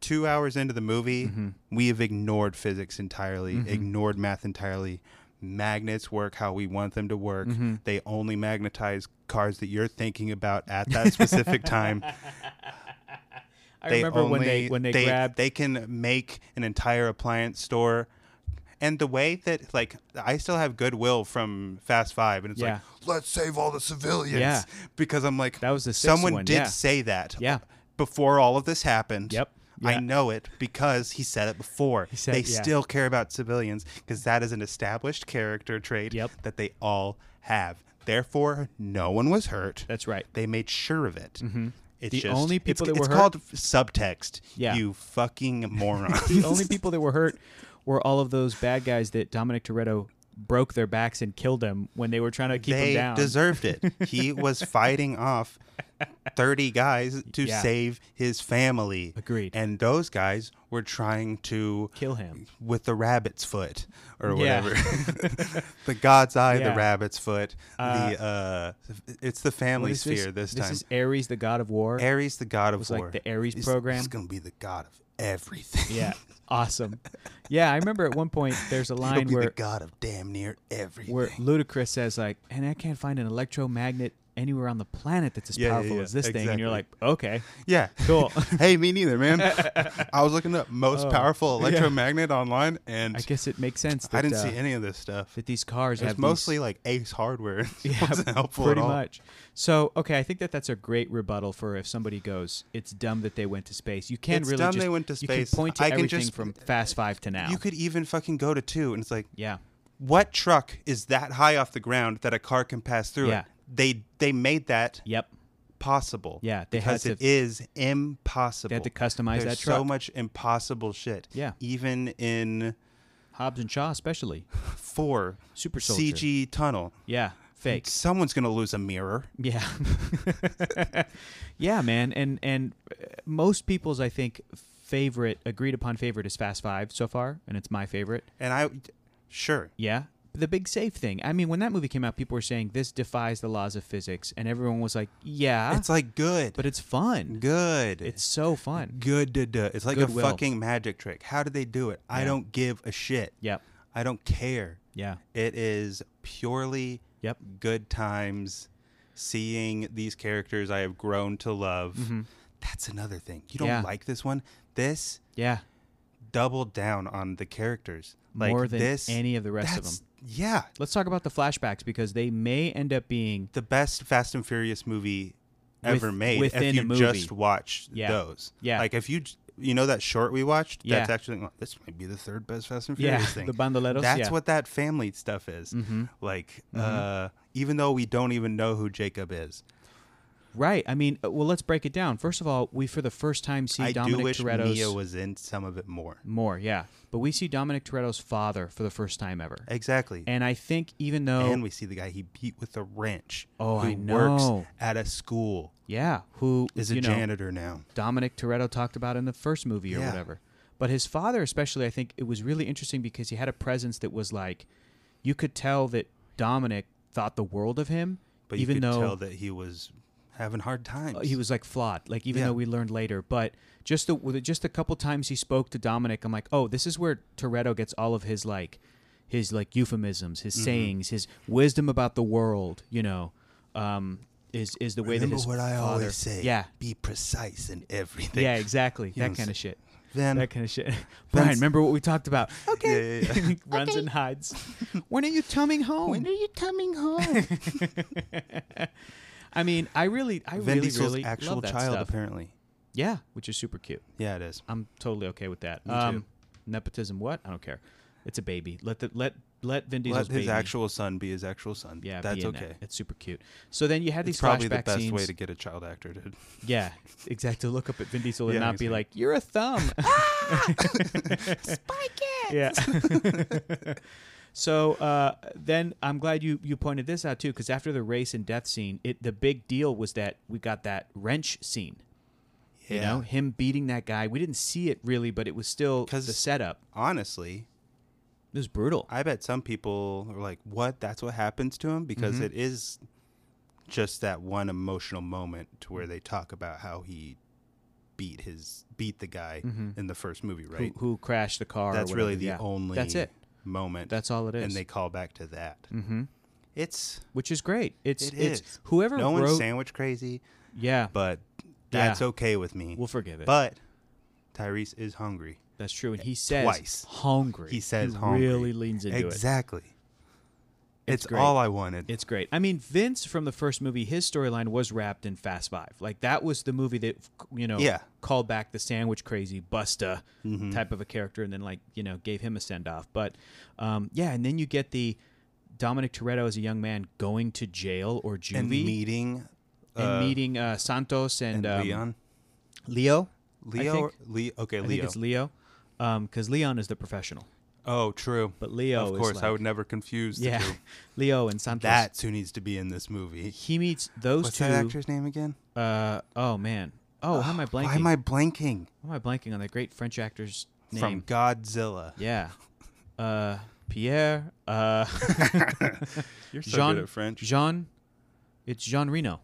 two hours into the movie,
Mm-hmm.
we have ignored physics entirely, ignored math entirely. Magnets work how we want them to work.
Mm-hmm.
They only magnetize cars that you're thinking about at that specific time.
I remember when they when they, grabbed.
they can make an entire appliance store. And the way that like I still have goodwill from Fast Five, and it's
yeah.
Let's save all the civilians.
Yeah.
like because I'm like
That was the sixth
someone
one,
did
yeah.
say that
Yeah.
before all of this happened.
Yep. Yeah.
I know it because he said it before.
He said-
they
yeah.
still care about civilians because that is an established character trait
Yep.
that they all have. Therefore, no one was hurt.
That's right.
They made sure of it. It's
The
just-
only people
it's,
that were
it's
hurt-
called subtext.
Yeah.
You fucking moron.
the only people that were hurt were all of those bad guys that Dominic Toretto broke their backs and killed them when they were trying to keep him
they
down.
deserved it. He was fighting off 30 guys to
Yeah.
save his family.
Agreed.
And those guys were trying to
Kill him.
with the rabbit's foot or
Yeah.
whatever. the god's eye,
Yeah.
the rabbit's foot, the uh it's the
What
family
is this?
sphere this,
This
time.
is Ares, the god of war.
Ares the god of
was like
war.
the Ares
He's-
program.
He's going to be the god of everything.
yeah, awesome. Yeah, I remember at one point there's a
He'll
line
be the
where
god of damn near everything.
where Ludacris says like, "And I can't find an electromagnet anywhere on the planet that's as
Yeah, yeah,
powerful
yeah,
as this thing," and you're like,
exactly.
"Okay,
Yeah.
Cool. Oh.
hey, me neither, man. I was looking up most powerful electromagnet online, and
I guess it makes sense." That,
I didn't
uh,
see any of this stuff.
that these cars
It's
have these-
mostly like Ace Hardware. It wasn't helpful
pretty
at all.
much. So okay, I think that that's a great rebuttal for if somebody goes, "It's dumb that they went to space." You can
It's
really
dumb
just
they went to
you can
space.
point to
I can
everything
just-
from Fast Five to now.
You could even fucking go to two, and it's like,
yeah,
what truck is that high off the ground that a car can pass through
Yeah.
it? They they made that
yep,
possible.
Yeah, they had
because it is impossible.
to customize
There's
that
so
truck.
much impossible shit.
Yeah.
even in
Hobbs and Shaw especially.
four
Super Soldier.
CG tunnel,
Yeah, fake.
someone's gonna lose a mirror.
Yeah. yeah, man. And and uh, most people's I think favorite agreed upon favorite is Fast 5 so far, and it's my favorite.
And I, sure,
Yeah. The big safe thing. I mean, when that movie came out, people were saying this defies the laws of physics, and everyone was like, "Yeah,
it's like good,
Ah. but it's fun.
good.
It's so fun."
good. duh, duh. It's like
Goodwill.
a fucking magic trick. How did they do it? I
Yeah.
don't give a shit.
Yep.
I don't care.
Yeah.
It is purely
Yep.
good times. Seeing these characters I have grown to love. That's another thing. You don't
Mm-hmm. Yeah.
like this one. This
Yeah.
doubled down on the characters. Like
More than
this,
any of the rest of
that's-
them.
Yeah,
Let's talk about the flashbacks because they may end up being
the best Fast and Furious movie
With-
ever made.
within
if you
a movie.
just watch
Yeah.
those,
Yeah.
like if you j- you know that short we watched, that's
Yeah.
actually this might be the third best Fast and
yeah,
Furious thing.
the bandoleros.
that's
yeah. Mm-hmm.
what that family stuff is. Like, uh, even though we don't even know who Jacob is,
Right. I mean, uh, well, let's break it down. First of all, we for the first time see
I
Dominic
do wish
Toretto's
Mia was in some of it more.
More, yeah. But we see Dominic Toretto's father for the first time ever.
Exactly.
And I think even though
And we see the guy he beat with a wrench.
Oh,
who
I know.
Works at a school.
yeah, who
Is
you
a
know,
janitor now.
Dominic Toretto talked about in the first movie or
Yeah.
whatever. But his father especially I think it was really interesting because he had a presence that was like you could tell that Dominic thought the world of him
But
even
you could
though
tell that he was having hard times.
uh, he was like flawed. Like even
Yeah.
though we learned later, but just the with- just a couple times he spoke to Dominic, I'm like, oh, this is where Toretto gets all of his like his like euphemisms, his
Mm-hmm.
sayings, his wisdom about the world. You know, um, is is the way
Remember
that his
what I
father-
always say.
Yeah,
Be precise in everything.
yeah, exactly.
know,
That kind of
s-
shit.
Then
That kind of shit. Brian, remember what we talked about? Okay.
Yeah, yeah,
Runs and hides. when are you coming home?
are you coming home?
I mean, I really, I
Vin
really,
Diesel's
really
actual
love that
child,
stuff.
apparently.
Yeah, which is super cute.
Yeah, it is.
I'm totally okay with that. Um,
Me too.
Nepotism? What? I don't care. It's a baby. Let the let let
Let
Vin Diesel's
his
baby-
actual son be his actual son.
yeah.
that's
be in
okay.
That. It's super cute. So then you had these
It's probably the
flashback
best
scenes.
way to get a child actor to.
yeah, exactly. Look up at Vin Diesel and
Yeah,
not be
exactly.
like, "You're a thumb."
Spike it.
yeah. so uh, then I'm glad you you pointed this out too, because after the race and death scene, it the big deal was that we got that wrench scene. You know, him beating that guy. We didn't see it really, but it was still the
'Cause-
setup.
Honestly,
It was brutal.
I bet some people are like, "What? That's what happens to him?" Because
Mm-hmm.
it is just that one emotional moment to where they talk about how he beat his beat the guy in the first movie, right?
Mm-hmm. who, who crashed the car. or
that's really
whatever.
the
Yeah.
only
That's it.
moment.
That's all it is.
and they call back to that.
mm-hmm.
It's
Which is great. It's
it
it's
is.
whoever
no
wrote.
one's sandwich crazy,
yeah,
but that's
Yeah.
okay with me.
we'll forgive it.
but Tyrese is hungry.
that's true. And he says
Twice.
hungry.
He says hungry.
really leans into it.
exactly. It's,
great.
all I wanted.
It's great. I mean, Vince from the first movie, his storyline was wrapped in Fast Five. Like that was the movie that you know
Yeah. Mm-hmm.
called back the sandwich crazy Busta type of a character, and then like you know gave him a send off. But um, yeah, and then you get the Dominic Toretto as a young man going to jail or juvie
and meeting
and
uh,
meeting uh, Santos and,
and
um,
Leon.
Leo.
Leo
I think,
or- Leo okay,
I think
Leo.
it's Leo, because Leon is the professional,
oh, true.
but Leo.
of
is
course, I
like-
would never confuse the
Yeah,
two.
Leo and Santos.
That's who needs to be in this movie.
he meets those
What's
two.
that actor's name again?
Uh, oh man. Oh, how am I blanking?
Why am I blanking?
Why am I blanking on that great French actor's name?
From Godzilla.
yeah. Uh, Pierre. Uh,
You're so
Jean.
good at French.
Jean. It's Jean Reno.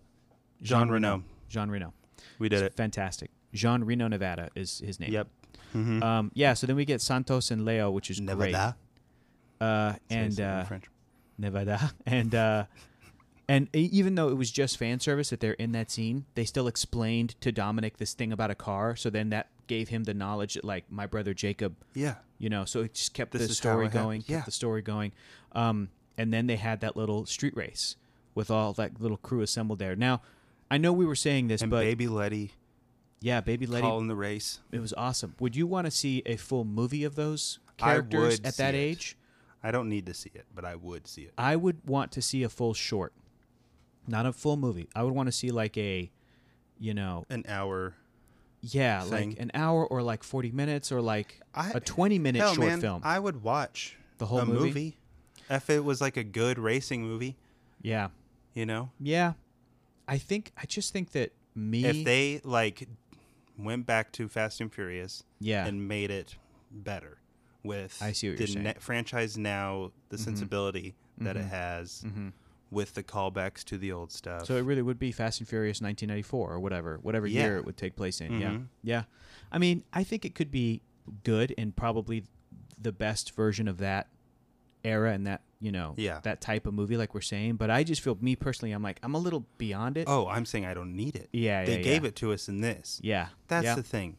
Jean Reno.
Jean Reno.
We did it.
Fantastic. Jean Reno, Nevada is his name.
Yep. Mm-hmm.
Um, yeah. So then we get Santos and Leo, which is
Never
great.
that.
Uh,
Say
and
something in
uh,
French.
Nevada. And uh, and e- even though it was just fan service that they're in that scene, they still explained to Dominic this thing about a car. So then that gave him the knowledge that like my brother Jacob,
Yeah.
you know. So it just kept
This
the
is how
story
it hap-
going, kept
yeah.
the story going. Um, and then they had that little street race with all that little crew assembled there. Now, I know we were saying this,
And
but
baby Letty,
yeah, baby Letty,
calling the race.
it was awesome. Would you want to see a full movie of those
I
characters
would
at
see
that
it.
age?
I don't need to see it, but I would see it.
I would want to see a full short, not a full movie. I would want to see like a, you know,
An hour.
yeah,
Thing.
like an hour or like forty minutes or like
I-
a twenty minute
Hell,
short
man,
film.
I would watch
The whole
a
movie?
If it was like a good racing movie,
yeah,
you know?
yeah. I think I just think that me.
If they like went back to Fast and Furious
yeah,
and made it better with
I see what
the
you're saying. Mm-hmm.
ne- franchise now, the sensibility that it has with the callbacks to the old stuff.
so it really would be Fast and Furious 1994 or whatever, whatever
Yeah.
year it would take place in. Yeah,
Mhm.
yeah. I mean, I think it could be good and probably the best version of that era and that you know
Yeah.
that type of movie like we're saying but i just feel me personally i'm like i'm a little beyond it
oh, I'm saying I don't need it.
Yeah,
They
yeah,
gave
yeah.
it to us in this.
yeah
That's
yeah,
the thing.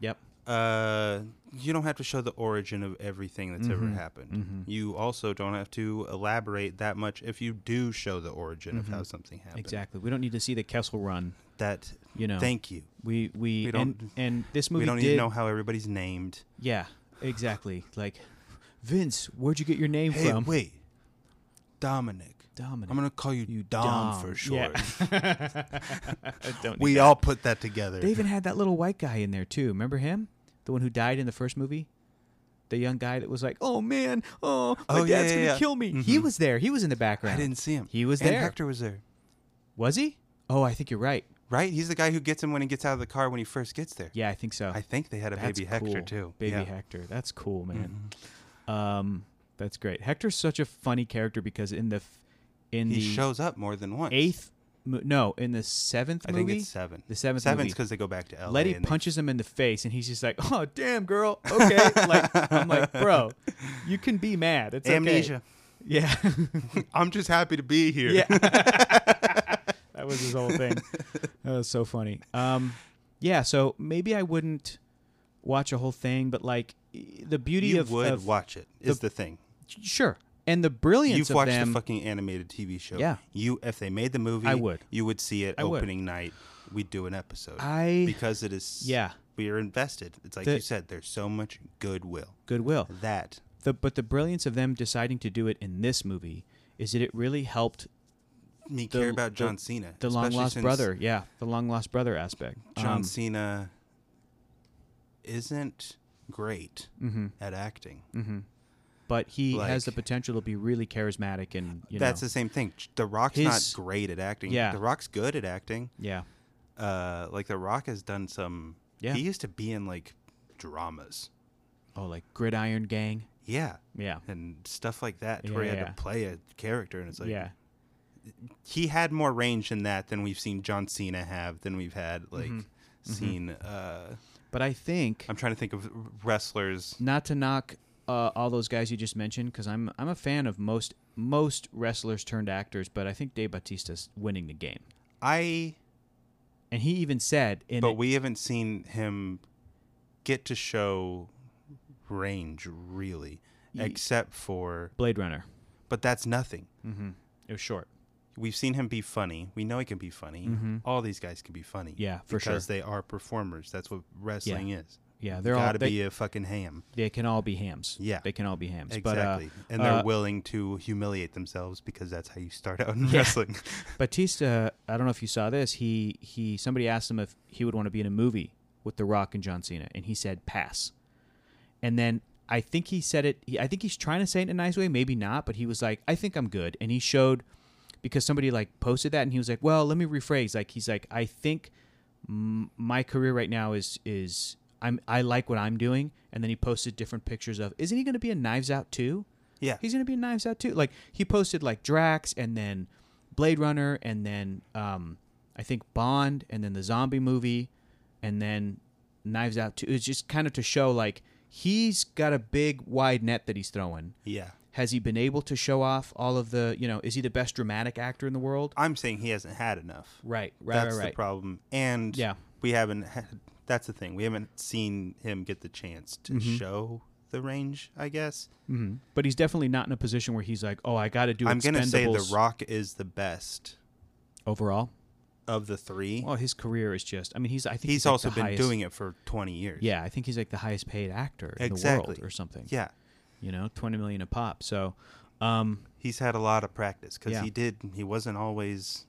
yep
uh, you don't have to show the origin of everything that's
Mm-hmm.
ever happened. You also don't have to elaborate that much if you do show the origin
Mm-hmm.
of how something happened.
exactly we don't need to see the kessel run
That
you know
thank you.
we we,
We
and,
don't-
and this movie
we don't
did,
even know how everybody's named.
yeah exactly like vince where'd you get your name
Hey,
from
wait, Dominic.
dominic
I'm gonna call you, Dom, for
Yeah.
short.
don't need
we
that.
all put that together.
they even had that little white guy in there too remember him the one who died in the first movie the young guy that was like, "Oh man, oh my
Oh, yeah,
dad's
yeah,
gonna
yeah. Mm-hmm.
kill me." He was there. He was in the background.
I didn't see him.
He was
and
there.
Hector was there,
Was he? Oh, I think you're right.
right? He's the guy who gets him when he gets out of the car when he first gets there.
Yeah, I think so.
I think they had a
That's
baby Hector
cool.
too.
Baby
yeah. Mm-hmm.
Hector. That's cool, man. Um, that's great. Hector's such a funny character because in the f- in
He
the
shows up more than once.
eighth, mo- no, in the seventh
I
movie,
think it's seven.
The seventh
Seven's
movie.
because they go back to LA.
Letty
and they-
punches him in the face, and he's just like, "Oh, damn, girl. Okay." like I'm like, bro, you can be mad. It's okay."
amnesia.
Yeah,
I'm just happy to be here.
yeah. that was his whole thing. That was so funny. Um, yeah. So maybe I wouldn't watch a whole thing, but like e- the beauty
you
of,
would
of
watch it. Is the, thing.
Sure. And the brilliance
You've
of
watched
them.
the fucking animated TV show.
Yeah.
You, if they made the movie,
I would.
You would see it
I would.
opening night. We'd do an episode.
I-
because it is.
Yeah.
We are invested. It's like
The-
you said. There's so much goodwill.
goodwill.
That
The, but the brilliance of them deciding to do it in this movie is that it really helped
me
The-
care about
the-
John Cena.
the long
especially
lost
since
brother. Yeah, the long lost brother aspect.
John
Um,
Cena isn't great at acting.
mm-hmm, but he has
like-
the potential to be really charismatic and you
That's
know.
the same thing. The Rock's
His-
not great at acting.
Yeah.
The Rock's good at acting.
yeah.
Uh, like The Rock has done some.
Yeah.
He used to be in like dramas.
Oh, like Gridiron Gang.
Yeah.
Yeah.
And stuff like that,
Yeah,
where he had
yeah.
to play a character, and it's like
yeah.
he had more range in that than we've seen John Cena have, than we've had
Mm-hmm.
like seen. Uh,
But I think
I'm trying to think of wrestlers.
not to knock uh, all those guys you just mentioned because I'm I'm a fan of most most wrestlers turned actors, but I think Dave Bautista's winning the game.
I,
And he even said in
but
it-
we haven't seen him get to show range really, except for
Blade Runner.
but that's nothing.
Mm-hmm. It was short.
We've seen him be funny. We know he can be funny.
Mhm.
All these guys can be funny.
Yeah, for sure.
because they are performers. That's what wrestling is.
Yeah, they're all
gotta
they,
be a fucking ham.
they can all be hams.
Yeah.
they can all be hams.
Exactly.
But, uh,
and they're
uh,
willing to humiliate themselves because that's how you start out in
Yeah.
wrestling.
Batista, I don't know if you saw this. He he somebody asked him if he would want to be in a movie with The Rock and John Cena, and he said pass. And then I think he said it. he- I think he's trying to say it in a nice way, maybe not. But he was like, "I think I'm good," and he showed because somebody like posted that, and he was like, "Well, let me rephrase." Like he's like, "I think m- my career right now is is I'm I like what I'm doing," and then he posted different pictures of. Isn't he going to be in Knives Out too?
yeah.
he's gonna be in Knives Out too. Like he posted like Drax and then Blade Runner and then um I think Bond and then the zombie movie and then Knives Out too. It's just kind of to show like he's got a big wide net that he's throwing.
yeah.
Has he been able to show off all of the you know? Is he the best dramatic actor in the world?
I'm saying he hasn't had enough.
Right, right,
that's
right,
the problem. And
Yeah.
we haven't had, that's the thing. We haven't seen him get the chance to
Mm-hmm.
show the range, I guess.
hmm But he's definitely not in a position where he's like, oh, I got to do.
I'm going to say The
Expendables
Rock is the best
overall.
of the three.
Well, his career is just. I mean, he's. I think
he's,
he's, like,
also
the
been
highest-
doing it for 20 years.
Yeah, I think he's like the highest paid actor in the
Exactly.
world or something.
Yeah.
you know, 20 million a pop. So, um,
He's had a lot of practice because
Yeah. Mm-hmm.
he did. He wasn't always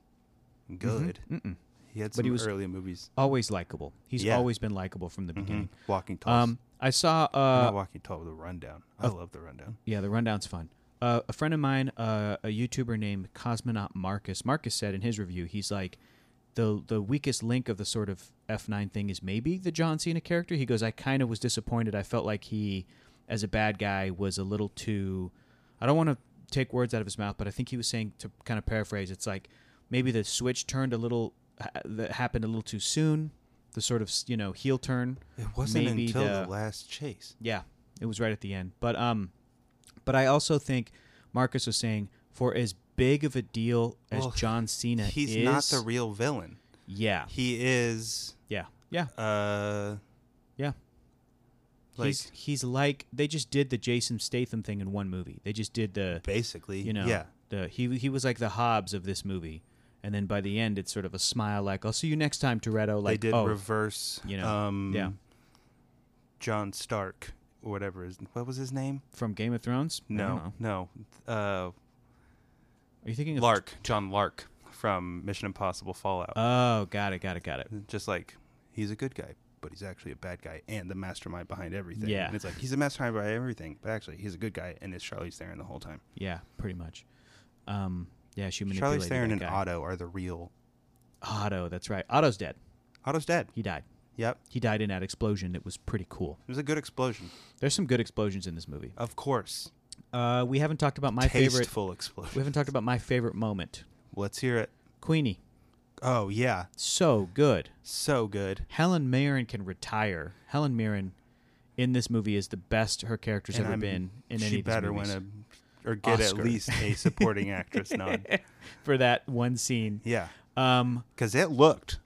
good.
mm-mm.
He had
But
some
he was-
early movies.
always likable. He's
Yeah. Mm-hmm.
always been likable from the beginning.
Walking Tall.
Mm-hmm. Um, I saw,
not
uh,
Walking Tall, The Rundown. I love The Rundown.
yeah, the rundown's fun. Uh, a friend of mine, uh, a YouTuber named Cosmonaut Marcus, Marcus said in his review, he's like, the, the weakest link of the sort of F9 thing is maybe the John Cena character. He goes, I kind of was disappointed. I felt like he, as a bad guy, was a little too. I don't want to take words out of his mouth, but I think he was saying, to kind of paraphrase, it's like maybe the switch turned a little, ha- that happened a little too soon. The sort of, you know, heel turn.
It wasn't
maybe
until the
the-
last chase.
Yeah, it was right at the end. But um, but I also think Marcus was saying for as big of a deal as
Well,
John Cena
He's
is, Ah.
not the real villain.
yeah,
He is
yeah, yeah,
uh
yeah.
like
he's he's like they just did the Jason Statham thing in one movie. They just did the
basically
you know
yeah
the he he was like the Hobbs of this movie, and then by the end it's sort of a smile like I'll see you next time Toretto. Like
they did
oh
reverse
you know,
um
yeah.
John Stark or whatever is what was his name
from Game of Thrones. I don't
no
know.
no uh
are you thinking of
Lark John Lark from Mission Impossible Fallout
Oh, got it, got it, got it.
just like he's a good guy but he's actually a bad guy and the mastermind behind everything
Yeah.
and it's like he's a mastermind behind everything but actually he's a good guy and it's Charlize Theron the whole time
Yeah, pretty much. Um, yeah, she manipulated
Charlize Theron
that
and
guy.
Otto are the real
Otto, that's right. Otto's dead.
Otto's dead
He died.
yep
He died in that explosion that was pretty cool.
it was a good explosion
There's some good explosions in this movie.
of course
Uh, we haven't talked about my favorite.
tasteful
We
explosion
haven't talked about my favorite moment.
let's hear it
Queenie,
oh yeah
so good.
so good
Helen Mirren can retire. Helen Mirren in this movie is the best her character's
And
ever
I'm-
been in
she
any of these
better
movies.
win a or get
Oscar.
at least a supporting actress nod.
For that one scene.
Yeah,
Um,
because it looked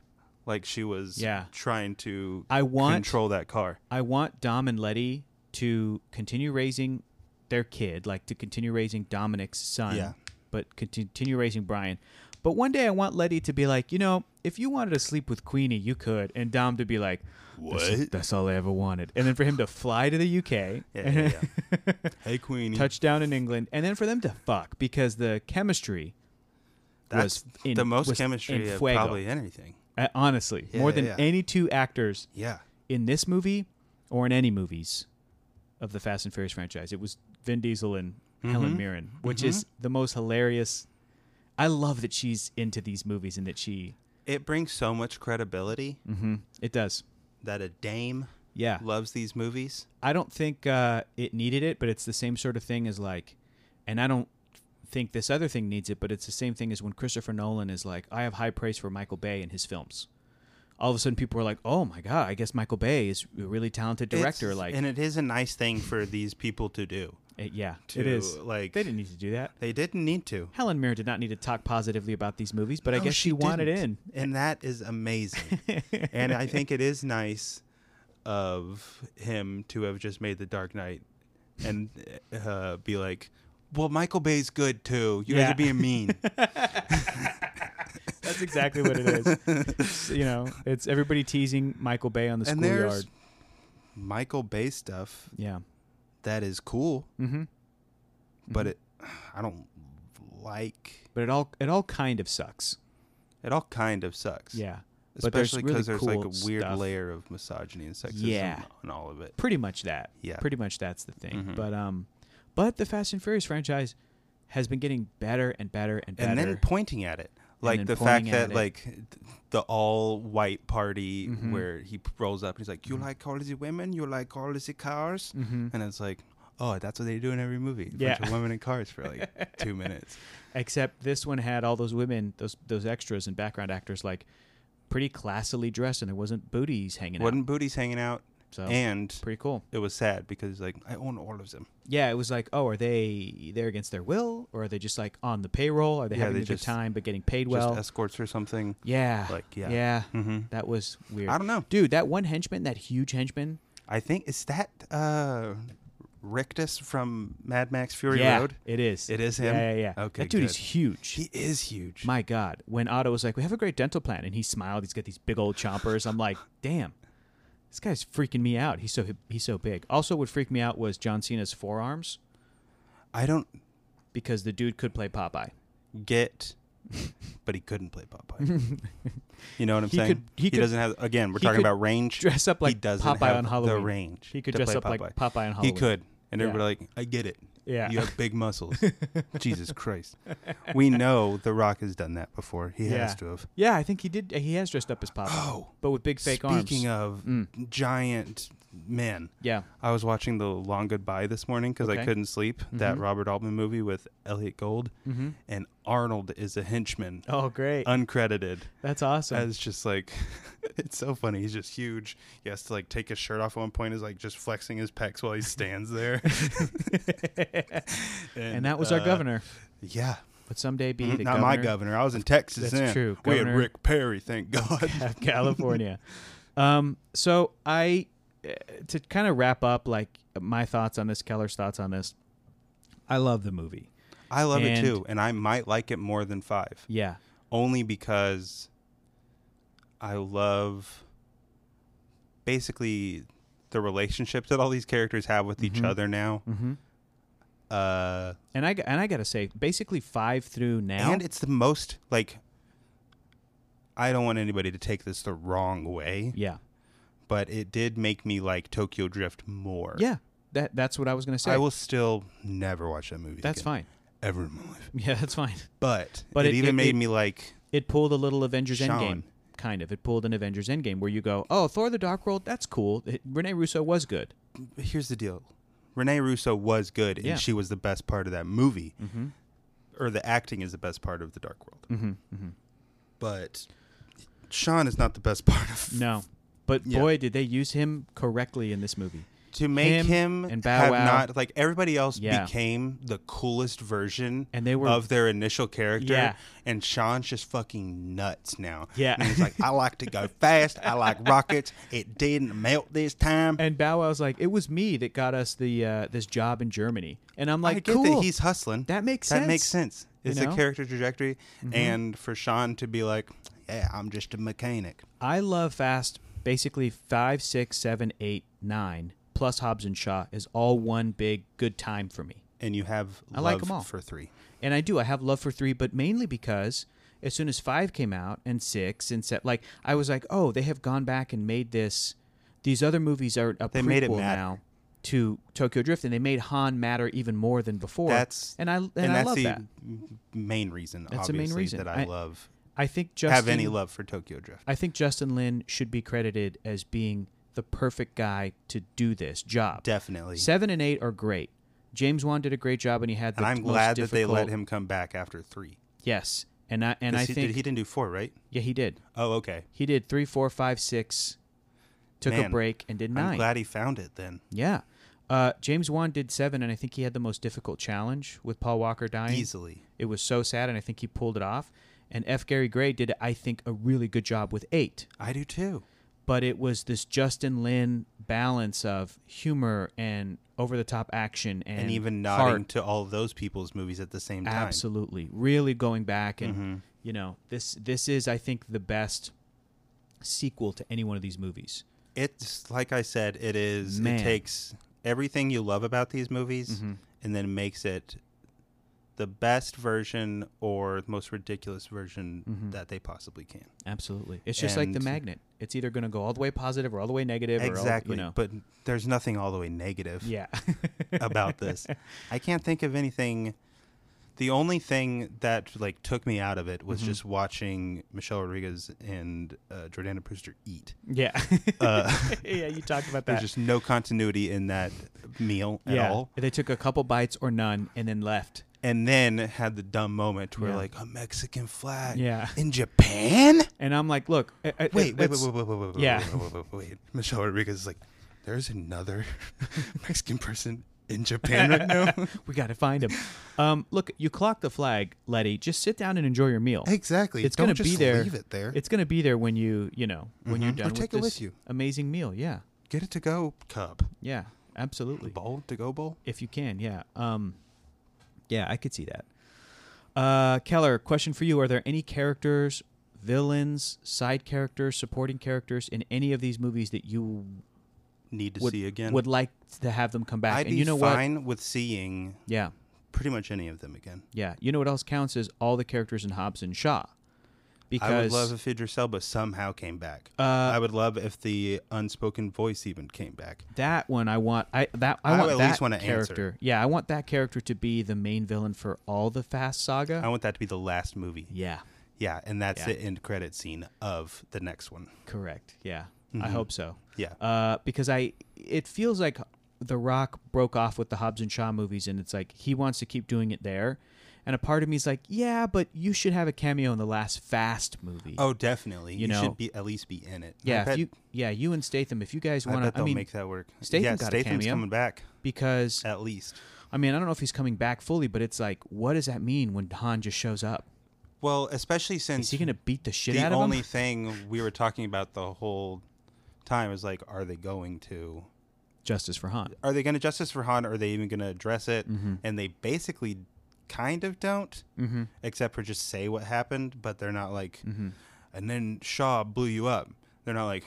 like she was
Yeah.
trying to
I want
control that car.
I want Dom and Letty to continue raising their kid, like to continue raising Dominic's son,
Yeah.
but con- continue raising Brian. But one day I want Letty to be like, you know, if you wanted to sleep with Queenie, you could. And Dom to be like, That's,
What?
that's all I ever wanted. And then for him to fly to the UK,
Yeah, yeah, yeah. hey, Queenie.
touchdown in England, and then for them to fuck because the chemistry
That's
was in-
the most
was
chemistry
in
of
fuego.
probably anything.
Uh, honestly,
Yeah,
more
yeah,
than
yeah.
any two actors
Yeah,
in this movie or in any movies of the Fast and Furious franchise. It was Vin Diesel and Helen Mirren, which is the most hilarious. I love that she's into these movies and that she.
it brings so much credibility
It does.
that a dame
Yeah.
loves these movies.
I don't think uh, it needed it, but it's the same sort of thing as like, and I don't think this other thing needs it, but it's the same thing as when Christopher Nolan is like, I have high praise for Michael Bay and his films. All of a sudden, people are like, "Oh my god! I guess Michael Bay is a really talented director."
It's-
like,
and it is a nice thing for these people to do.
it- yeah,
To,
it is.
like
They didn't need to do that.
They didn't need to.
Helen Mirren did not need to talk positively about these movies, but I
No,
guess she, wanted
Oh, didn't. And that is amazing. and I think it is nice of him to have just made The Dark Knight and uh, be like, Well, Michael Bay's good too. You guys
Yeah.
are being mean.
That's exactly what it is. It's, you know, it's everybody teasing Michael Bay on the
and
schoolyard.
there's Michael Bay stuff
Yeah.
that is cool,
Mm-hmm.
but it I don't like.
But it all it all kind of sucks.
It all kind of sucks.
Yeah. But there's
especially
really
because there's,
cool
like a weird
stuff.
layer of misogyny and sexism
Yeah.
on all of it.
Pretty much that.
Yeah.
Pretty much that's the thing.
Mhm.
But um but the Fast and Furious franchise has been getting better and better and better.
and then pointing at it like
then
the fact
pointing at
that
it.
like th- the all white party
Mhm.
where he p- rolls up and he's
Mm-hmm.
like you like all these women you like all these cars
Mhm.
and it's like oh that's what they do in every movie a
Yeah.
bunch of women in cars for like two minutes
Except this one had all those women, those those extras and background actors like pretty classily dressed and there wasn't booties hanging
wasn't booties hanging out
out. So
and
pretty cool.
it was sad because like i own all of them
Yeah, it was like, oh, are they there against their will, or are they just like on the payroll? Are they
Yeah,
having
they
a
just-
good time but getting paid well?
just escorts or something
yeah,
like, yeah.
yeah.
hmm
That was weird.
i don't know
Dude, that one henchman, that huge henchman.
i think is that uh rictus from mad max fury
yeah,
road
it is.
It is
Yeah,
him?
yeah, yeah.
Okay,
that dude is
good.
huge.
he is huge
My God, when Otto was like, "We have a great dental plan," and he smiled, he's got these big old chompers. I'm like, damn, this guy's freaking me out. He's so he's so big. Also, what freaked me out was John Cena's forearms
i don't
because the dude could play Popeye.
get, but he couldn't play Popeye. you know what I'm
He
saying?
could- he could-
doesn't have. Again, we're
he
talking
could
about range.
dress up
he
like
doesn't
Popeye
have
on Halloween.
The range.
He could
to
dress
play
up like Popeye on Halloween.
He could, and
Yeah.
everybody like, I get it.
Yeah.
you have big muscles. Jesus Christ, we know The Rock has done that before. He
yeah.
has to have.
Yeah, I think he did. He has dressed up as Popeye,
Oh,
but with big fake arms.
speaking of
Mm.
giant men.
yeah,
I was watching The Long Goodbye this morning because I
Okay.
couldn't sleep. That
Mhm.
Robert Altman movie with Elliot Gold,
mm-hmm.
and Arnold is a henchman,
oh great,
uncredited.
that's awesome.
Uh, as just like it's so funny. He's just huge. He has to like take his shirt off at one point. Is like just flexing his pecs while he stands there.
and that was our
uh,
governor.
Yeah, Mm-hmm.
But someday be
not
the
my
governor
governor. I was in Texas.
That's
then.
true.
We had
Governor-
Rick Perry. Thank God.
of California. um, so I uh, to kind of wrap up like my thoughts on this, Keller's thoughts on this. I love the movie.
I love it
And-
too, and I might like it more than five,
Yeah,
only because I love basically the relationships that all these characters have with each
Mhm.
other now.
mm-hmm.
Uh,
and I g- and I gotta say, basically five through now.
And it's the most like I don't want anybody to take this the wrong way,
yeah,
but it did make me like Tokyo Drift more.
yeah. That that's what I was gonna say.
I will still never watch that movie.
that's
again,
fine.
Ever in my life.
Yeah, that's fine.
But,
But
it,
it-
even
it-
made
it-
me like
It pulled a little Avengers
Sean.
Endgame, kind of. It pulled an Avengers Endgame where you go, oh, Thor: The Dark World, that's cool. It, Rene Russo was good.
here's the deal. Renee Russo was good and
Yeah.
she was the best part of that movie.
Mm-hmm.
Or the acting is the best part of The Dark World.
Mm-hmm. Mm-hmm.
But Sean is not the best part of
No, but
Yeah.
boy, did they use him correctly in this movie.
to make him,
Him and Bow
have
Wow.
not like everybody else
Yeah.
became the coolest version
And they were-
of their initial character
Yeah.
and Sean's just fucking nuts now.
Yeah.
And he's like, I like to go fast, I like rockets, it didn't melt this time.
And Bow Wow's like, it was me that got us the uh, this job in Germany, and I'm like,
I get
cool.
that he's hustling.
That makes
That makes
sense.
sense.
You
It's a
know? Mm-hmm.
character trajectory and for Sean to be like, Yeah, I'm just a mechanic.
I love Fast. Basically, five, six, seven, eight, nine, plus Hobbs and Shaw is all one big good time for me.
And you have
I like
love
'em all.
for three.
and I do. I have love for three, but mainly because as soon as five came out and six and set, like I was like, oh, they have gone back and made this. These other movies are a
They
prequel
made it matter.
now to Tokyo Drift, and they made Han matter even more than before.
That's-
and I and,
And,
I
that's
love
the
that.
m- main reason,
That's the
obviously,
main reason.
that I,
I-
love
I think Justin
have any love for Tokyo Drift.
I think Justin Lin should be credited as being the perfect guy to do this job.
Definitely.
Seven and eight are great. James Wan did a great job, and he had. The
and I'm
most
glad that they let
difficult-
him come back after three.
Yes, and I and I
'Cause he,
think
did, he didn't do four, right?
yeah he did.
Oh, okay.
He did three, four, five, six, took a
Man,
break, and did 9
I'm glad he found it then.
Yeah. Uh, James Wan did seven, and I think he had the most difficult challenge with Paul Walker dying.
Easily.
It was so sad, and I think he pulled it off. And F. Gary Gray did, I think, a really good job with eight.
I do too.
But it was this Justin Lin balance of humor and over the top action and,
and, even nodding
heart.
to all those people's movies at the same time. Mm-hmm.
Absolutely, really going back and you know this this is I think the best sequel to any one of these movies.
It's like I said, it is.
Man. Mm-hmm.
It takes everything you love about these movies and then makes it the best version or the most ridiculous version
Mm-hmm.
that they possibly can.
Absolutely, it's just like the
And-
magnet. It's either going to go all the way positive or all the way negative.
Exactly.
or all, you know.
But there's nothing all the way negative.
yeah,
about this. I can't think of anything. The only thing that like took me out of it was
Mm-hmm.
just watching Michelle Rodriguez and uh, Jordana Brewster eat.
yeah,
Uh,
yeah. You talked about
There's
that.
just no continuity in that meal at
yeah,
all.
they took a couple bites or none and then left.
And then had the dumb moment where
Yeah.
like a Mexican flag
Yeah.
in Japan.
And I'm like, look, eh, I- I-
Wait, wait, wait,
it's-
wait, wait, wait, wait,
yeah.
wait, wait, wait, wait, wait. Michelle Rodriguez is like, there's another Mexican person in Japan right now.
we got to find him. Um, look, you clock the flag, Letty. Just sit down and enjoy your meal.
exactly.
It's
Don't
gonna
just
be there.
Leave it there.
It's gonna be there when you you know when you're done
Or Mm-hmm. Oh, take it
with
with
this
you.
amazing meal. Yeah,
Get it to go cup.
yeah, absolutely.
Bowl to go bowl.
If you can, yeah, um, yeah, I could see that. Uh, Keller, question for you: Are there any characters, villains, side characters, supporting characters in any of these movies that you
Need to
would
see again.
would like to have them come back?
I'd
and
be
you know what?
fine with seeing
Yeah,
pretty much any of them again.
yeah. You know what else counts is all the characters in Hobbs and Shaw, because
I would love if Idris Elba somehow came back.
Uh,
I would love if the unspoken voice even came back.
that one I want I that I,
I
want
at
that
least wanna answer.
character. Yeah, I want that character to be the main villain for all the Fast Saga.
I want that to be the last movie.
yeah,
Yeah, and that's
Yeah.
the end credit scene of the next one.
correct. Yeah.
Mm-hmm.
I hope so.
Yeah.
Uh because I it feels like The Rock broke off with the Hobbs and Shaw movies and it's like he wants to keep doing it there. And a part of me is like, "Yeah, but you should have a cameo in the last Fast movie."
oh, definitely.
You
You,
know-
should be at least be in it. I
yeah, if
bet,
you yeah, you and Statham if you guys
I
want
bet
to I
they'll
mean
make that work.
Statham
yeah,
got a
Statham's
cameo.
coming back
because
at least.
I mean, I don't know if he's coming back fully, but it's like what does that mean when Han just shows up?
Well, especially
Is
since
he going to beat the shit
the
out of
only
him?
thing we were talking about the whole time is like, are they going to
Justice for Han.
are they going to justice for Han? Are they even going to address it?
Mm-hmm.
And they basically kind of don't, mm-hmm. except for just say what happened, but they're not like,
Mm-hmm.
and then Shaw blew you up. They're not like,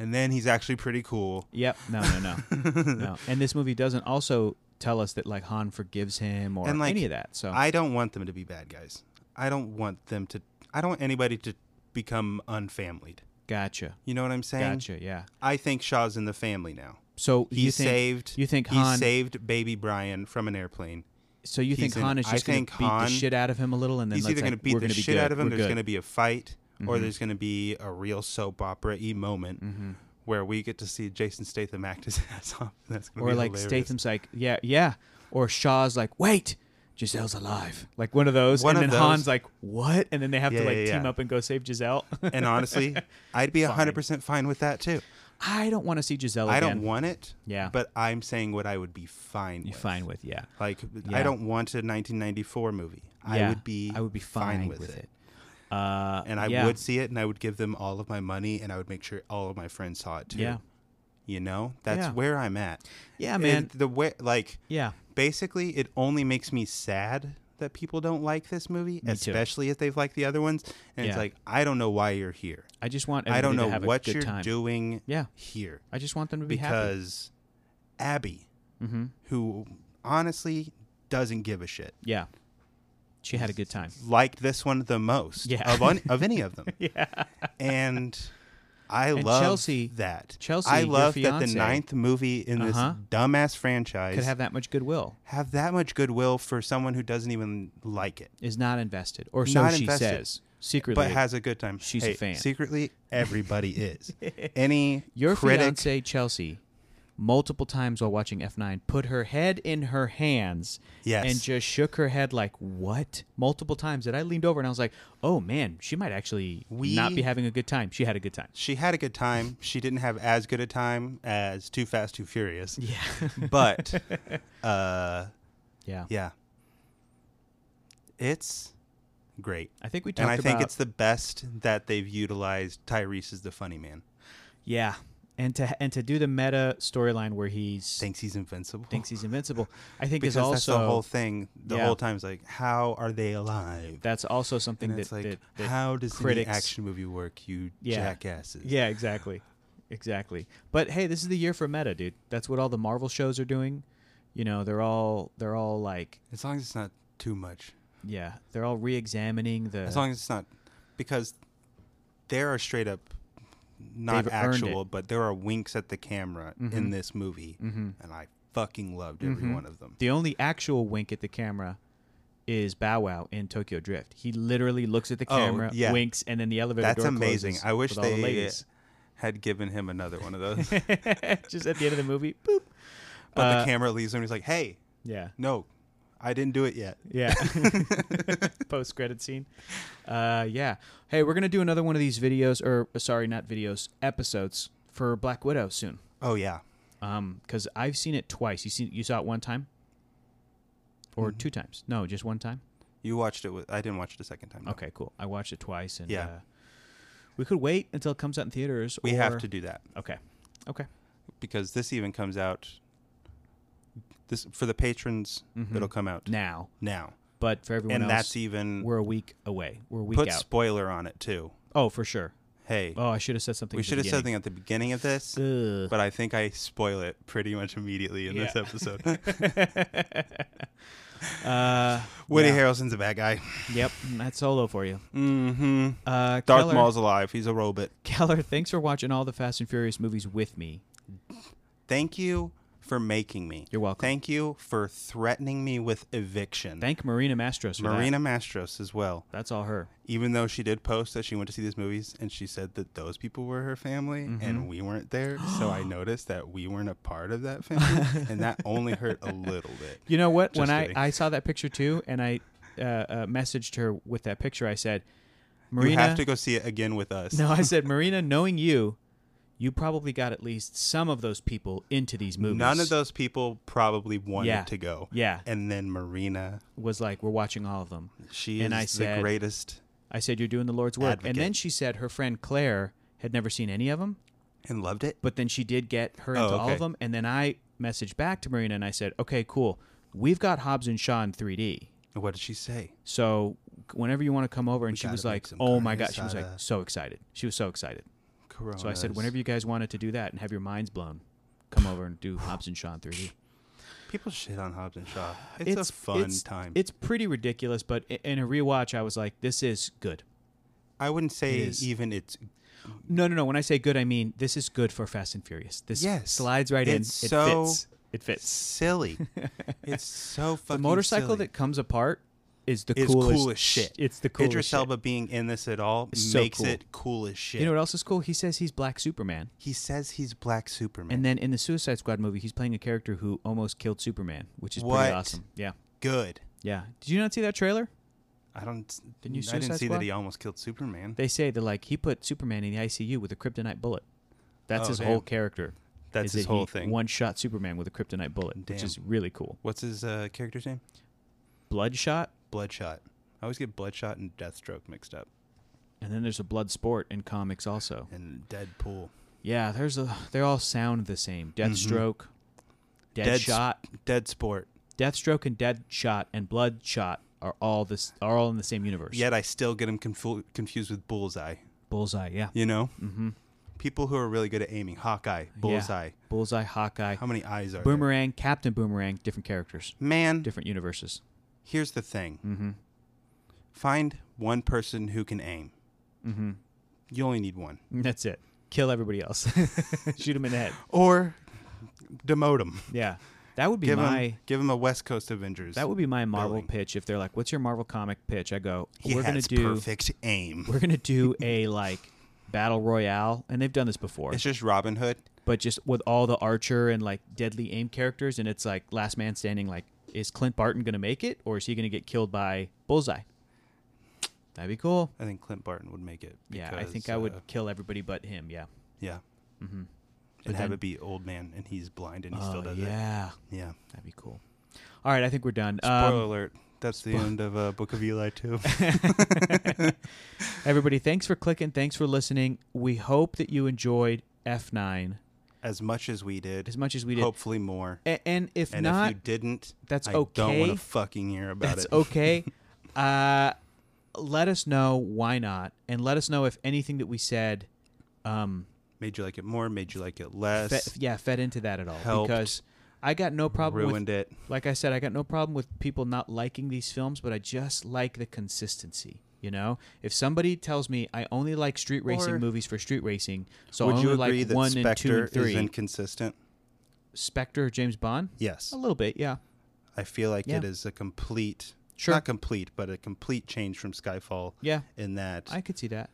and then he's actually pretty cool.
Yep. No, no, no. no. And this movie doesn't also tell us that like Han forgives him or
And, like,
any of that. So
I don't want them to be bad guys. I don't want them to, I don't want anybody to become unfamilied.
gotcha.
You know what I'm saying?
Gotcha. Yeah.
I think Shaw's in the family now.
So
He
you think
saved.
you think
he
Han
saved baby Brian from an airplane.
so you think
he's in-
Han is
I
just going
think
to beat the
Han-
shit out of him a little and then
he's
let's
either
like,
going to beat
we're
the
gonna be
shit
good.
out of him.
We're
there's
good. Mm-hmm.
going to be a fight, or there's going to be a real soap opera y moment where we get to see Jason Statham act his ass off. That's gonna
or
be
like
hilarious.
Statham's like yeah yeah or Shaw's like wait Giselle's alive like one of those
One
and
of
then
those.
Han's like what and then they have
Yeah,
to like
yeah, yeah.
team up and go save Giselle.
And honestly, I'd be hundred percent fine with that too.
I don't want to see Giselle.
I
again.
don't want it.
Oh, Yeah.
But I'm saying what I would be fine.
you
with.
fine with yeah.
Like
Yeah.
I don't want a 1994 movie. I
Yeah,
would be.
I would be fine, with, it. Uh,
And I
yeah,
would see it, and I would give them all of my money, and I would make sure all of my friends saw it too.
Yeah.
You know, that's
Yeah.
where I'm at.
Yeah,
And
man.
the way, like,
Yeah,
basically it only makes me sad that people don't like this movie
Me too.
especially if they've liked the other ones and it's
Yeah.
like i don't know why you're here
I just want.
i don't
everybody to
know
have a
what
good
you're
time.
doing
Yeah.
here
I just want them to be happy. Mm-hmm.
because abby who honestly doesn't give a shit
Yeah, she had a good time.
liked this one the most
Yeah.
of, un- of any of them yeah and i love
Chelsea-
that
Chelsea,
i
your
love that the
fiancé,
ninth movie in this
uh-huh,
dumbass franchise
Could have that much goodwill.
have that much goodwill for someone who doesn't even like it
Is not invested, or so
Not
she
invested,
says secretly.
but has a good time.
she's a
Hey,
fan.
Secretly, everybody is. Any
your
critic,
fiance Chelsea, multiple times while watching F9, put her head in her hands
Yes.
and just shook her head like, "What?" Multiple times that I leaned over and I was like, "Oh man, she might actually
We-
not be having a good time." She had a good time.
she had a good time. She didn't have as good a time as Too Fast, Too Furious.
Yeah,
But, uh,
yeah.
yeah, it's great.
I think we talked
And I
about.
think it's the best that they've utilized Tyrese is the funny man.
yeah, and to and to do the meta storyline where he's
Thinks he's invincible.
thinks he's invincible, I think
because
is also
that's the whole thing. The
Yeah.
whole time is like, how are they alive?
that's also something
and
that,
it's like,
that, that
how does
critics-
any action movie work? You
Yeah.
jackasses.
yeah exactly exactly but hey this is the year for meta dude that's what all the marvel shows are doing you know they're all they're all like
As long as it's not too much.
yeah they're all re-examining the
As long as it's not, because there are straight up,
They've
not
earned it.
actual, but there are winks at the camera in
Mhm.
this movie,
Mhm.
and I fucking loved every
Mhm.
one of them.
the only actual wink at the camera is Bow Wow in Tokyo Drift. He literally looks at the
Oh,
camera,
yeah.
winks, and then the elevator
That's
door
amazing.
closes
I wish
with all the
they uh,
ladies.
had given him another one of those.
just at the end of the movie. Boop.
but
Uh,
the camera leaves him. And he's like, "Hey,
Yeah.
no, I didn't do it yet."
Yeah. Post credit scene. Uh, yeah. Hey, we're gonna do another one of these videos, or sorry, not videos, episodes for Black Widow soon.
Oh yeah,
Um, because I've seen it twice. You seen you saw it one time, or
Mhm.
two times? No, just one time.
you watched it. With, I didn't watch it a second time. no.
Okay, cool. I watched it twice, and
Yeah.
uh, we could wait until it comes out in theaters.
we
or,
have to do that
Okay. Okay.
because this even comes out. This for the patrons.
Mhm.
It'll come out
now,
now,
but for everyone
and
else,
that's even
we're a week away. We're a week
put
out.
spoiler on it too.
oh, for sure.
Hey,
Oh, I should have said something.
we
at the
should have said
beginning.
something at the beginning of this,
Ugh.
but I think I spoil it pretty much immediately in this
Yeah.
episode.
uh,
Woody
yeah.
Harrelson's a bad guy.
Yep, that's solo for you.
Mm-hmm.
Uh,
Darth
Keller,
Maul's alive. He's a robot.
Keller, thanks for watching all the Fast and Furious movies with me.
Thank you for making me.
You're welcome.
Thank you for threatening me with eviction.
Thank Marina Mastros for that.
Marina Mastros as well.
That's all her.
Even though she did post that she went to see these movies and she said that those people were her family
Mm-hmm.
and we weren't there, so I noticed that we weren't a part of that family and that only hurt a little bit.
You know what?
Just
when I,
kidding.
I saw that picture too, and I uh, uh, messaged her with that picture, I said, Marina.
You have to go see it again with us.
no, I said, Marina, knowing you, you probably got at least some of those people into these movies.
None of those people probably wanted
Yeah.
to go.
Yeah.
And then Marina,
Was like, we're watching all of them.
she
And
is
I said-
the greatest
I said, You're doing the Lord's work. And then
Advocate.
she said her friend Claire had never seen any of them,
and loved it.
but then she did get her
Oh,
into all
okay.
of them. And then I messaged back to Marina and I said, Okay, cool. We've got Hobbs and Shaw in 3D.
What did she say?
So whenever you want to come over, and she
gotta
was
make
like,
some
"Oh
carne
my god!" She was like
asada.
so excited. She was so excited.
Corona.
So I said, "Whenever you guys wanted to do that and have your minds blown, come over and do Hobbs and Shaw in 3D."
people shit on Hobbs and Shaw, it's, a fun
it's-
time.
It's pretty ridiculous, but i- in a rewatch, I was like, "This is good."
I wouldn't say
it is.
even it's
No, no, no. When I say good, I mean this is good for Fast and Furious. This
Yes.
slides right
It's
in. It
so-
fits. It fits.
silly. it's so
The
fucking
motorcycle
silly.
that comes apart is the
is
coolest,
cool as shit.
It's the coolest.
Idris
shit.
Elba being in this at all
It's so
makes
cool.
it cool as shit.
You know what else is cool? He says he's Black Superman.
he says he's Black Superman.
And then in the Suicide Squad movie, he's playing a character who almost killed Superman, which is
What?
pretty awesome. Yeah,
Good.
yeah. Did you not see that trailer?
I don't.
Didn't you
I didn't
Suicide
see
Squad?
that he almost killed Superman.
They say that like he put Superman in the ICU with a kryptonite bullet. That's
Oh,
his whole
damn.
character.
That's
is
his
that
whole
he
thing.
One shot Superman with a kryptonite bullet, which
Damn.
is really cool.
What's his uh, character's name?
Bloodshot,
Bloodshot. I always get Bloodshot and Deathstroke mixed up.
and then there's a blood sport in comics also.
And Deadpool.
Yeah, there's a. They all sound the same.
Mm-hmm.
Deathstroke,
Dead
Deadshot,
Dead Sport.
Deathstroke, and Deadshot and Bloodshot are all this are all in the same universe.
Yet I still get him confu- confused with Bullseye.
Bullseye. Yeah.
You know,
Mm-hmm.
people who are really good at aiming. Hawkeye, Bullseye.
Bullseye, Hawkeye,
How many eyes are there?
Boomerang, Captain Boomerang, different characters,
Man,
different universes.
here's the thing.
Mm-hmm.
Find one person who can aim.
Mm-hmm.
You only need one.
That's it. Kill everybody else. Shoot them in the head.
Or demote him.
Yeah, that would be
Give
my
him give him a West Coast Avengers.
that would be my Marvel
Billing.
pitch. If they're like, "What's your Marvel comic pitch?" I go,
he
"We're gonna
has
do
perfect aim.
we're gonna do a like battle royale, and they've done this before,
It's just Robin Hood.
but just with all the Archer and like Deadly Aim characters, and it's like Last Man Standing. Like, is Clint Barton gonna make it, or is he gonna get killed by Bullseye? That'd be cool.
I think Clint Barton would make it.
yeah, I think
because,
I would
uh,
kill everybody but him. Yeah.
yeah.
Mm-hmm.
And have
then-
it be old man and he's blind and he
Oh
still does it.
yeah,
Yeah.
that'd be cool. All right, I think we're done.
Spoiler
Um,
alert. That's the end of uh, Book of Eli too.
everybody, thanks for clicking. Thanks for listening. We hope that you enjoyed F9.
as much as we did.
as much as we did.
Hopefully more.
A- and if
And
not,
if you didn't,
that's
I Don't want
okay.
to fucking hear about
that's
it.
okay. uh, let us know why not, and let us know if anything that we said, um,
Made you like it more. Made you like it
fe-
less.
yeah, fed into that at all.
Helped.
Because I got no problem with
ruined it.
like I said, I got no problem with people not liking these films, but I just like the consistency. You know, if somebody tells me I only like street racing
Or-
movies for street racing, so I
Would you
only
agree
like
that
one and two
Spectre
and three,
is inconsistent?
Spectre, James Bond,
Yes,
a little bit, yeah,
I feel like
Yeah.
it is a complete,
Sure.
not complete, but a complete change from Skyfall.
yeah,
In that
I could see that.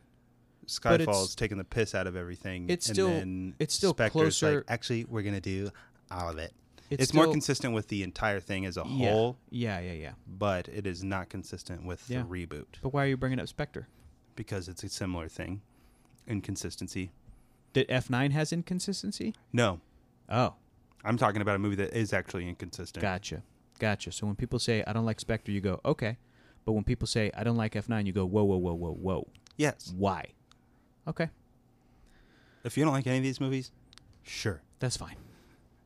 but it's-
Skyfall's taking the piss out of everything.
it's
and
still-
then
it's still
Spectre's like,
closer-
Actually, we're gonna do all of it.
It's
It's, more
still-
consistent with the entire thing as a
Yeah,
whole,
yeah, yeah, yeah.
but it is not consistent with
Yeah.
the reboot
But why are you bringing up Spectre?
because it's a similar thing. Inconsistency.
That F nine has inconsistency.
No,
Oh,
I'm talking about a movie that is actually inconsistent.
gotcha, gotcha. So when people say I don't like Spectre, you go okay, but when people say I don't like F nine, you go whoa, whoa, whoa, whoa, whoa.
Yes.
Why? Okay,
If you don't like any of these movies, sure.
that's fine.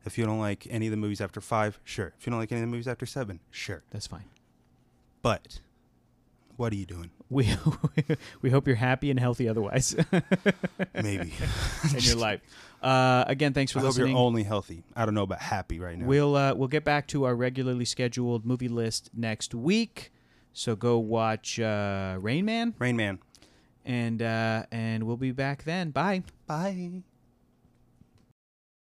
If you don't like any of the movies after five, sure. If you don't like any of the movies after seven, sure.
That's fine.
But what are you doing?
We we hope you're happy and healthy otherwise
Maybe.
in your life. Uh, again, thanks for
I hope you're
listening.
only healthy. I don't know about happy right now.
We'll uh, we'll get back to our regularly scheduled movie list next week. So go watch uh, Rain Man,
Rain Man.
and uh, and we'll be back then. Bye.
Bye.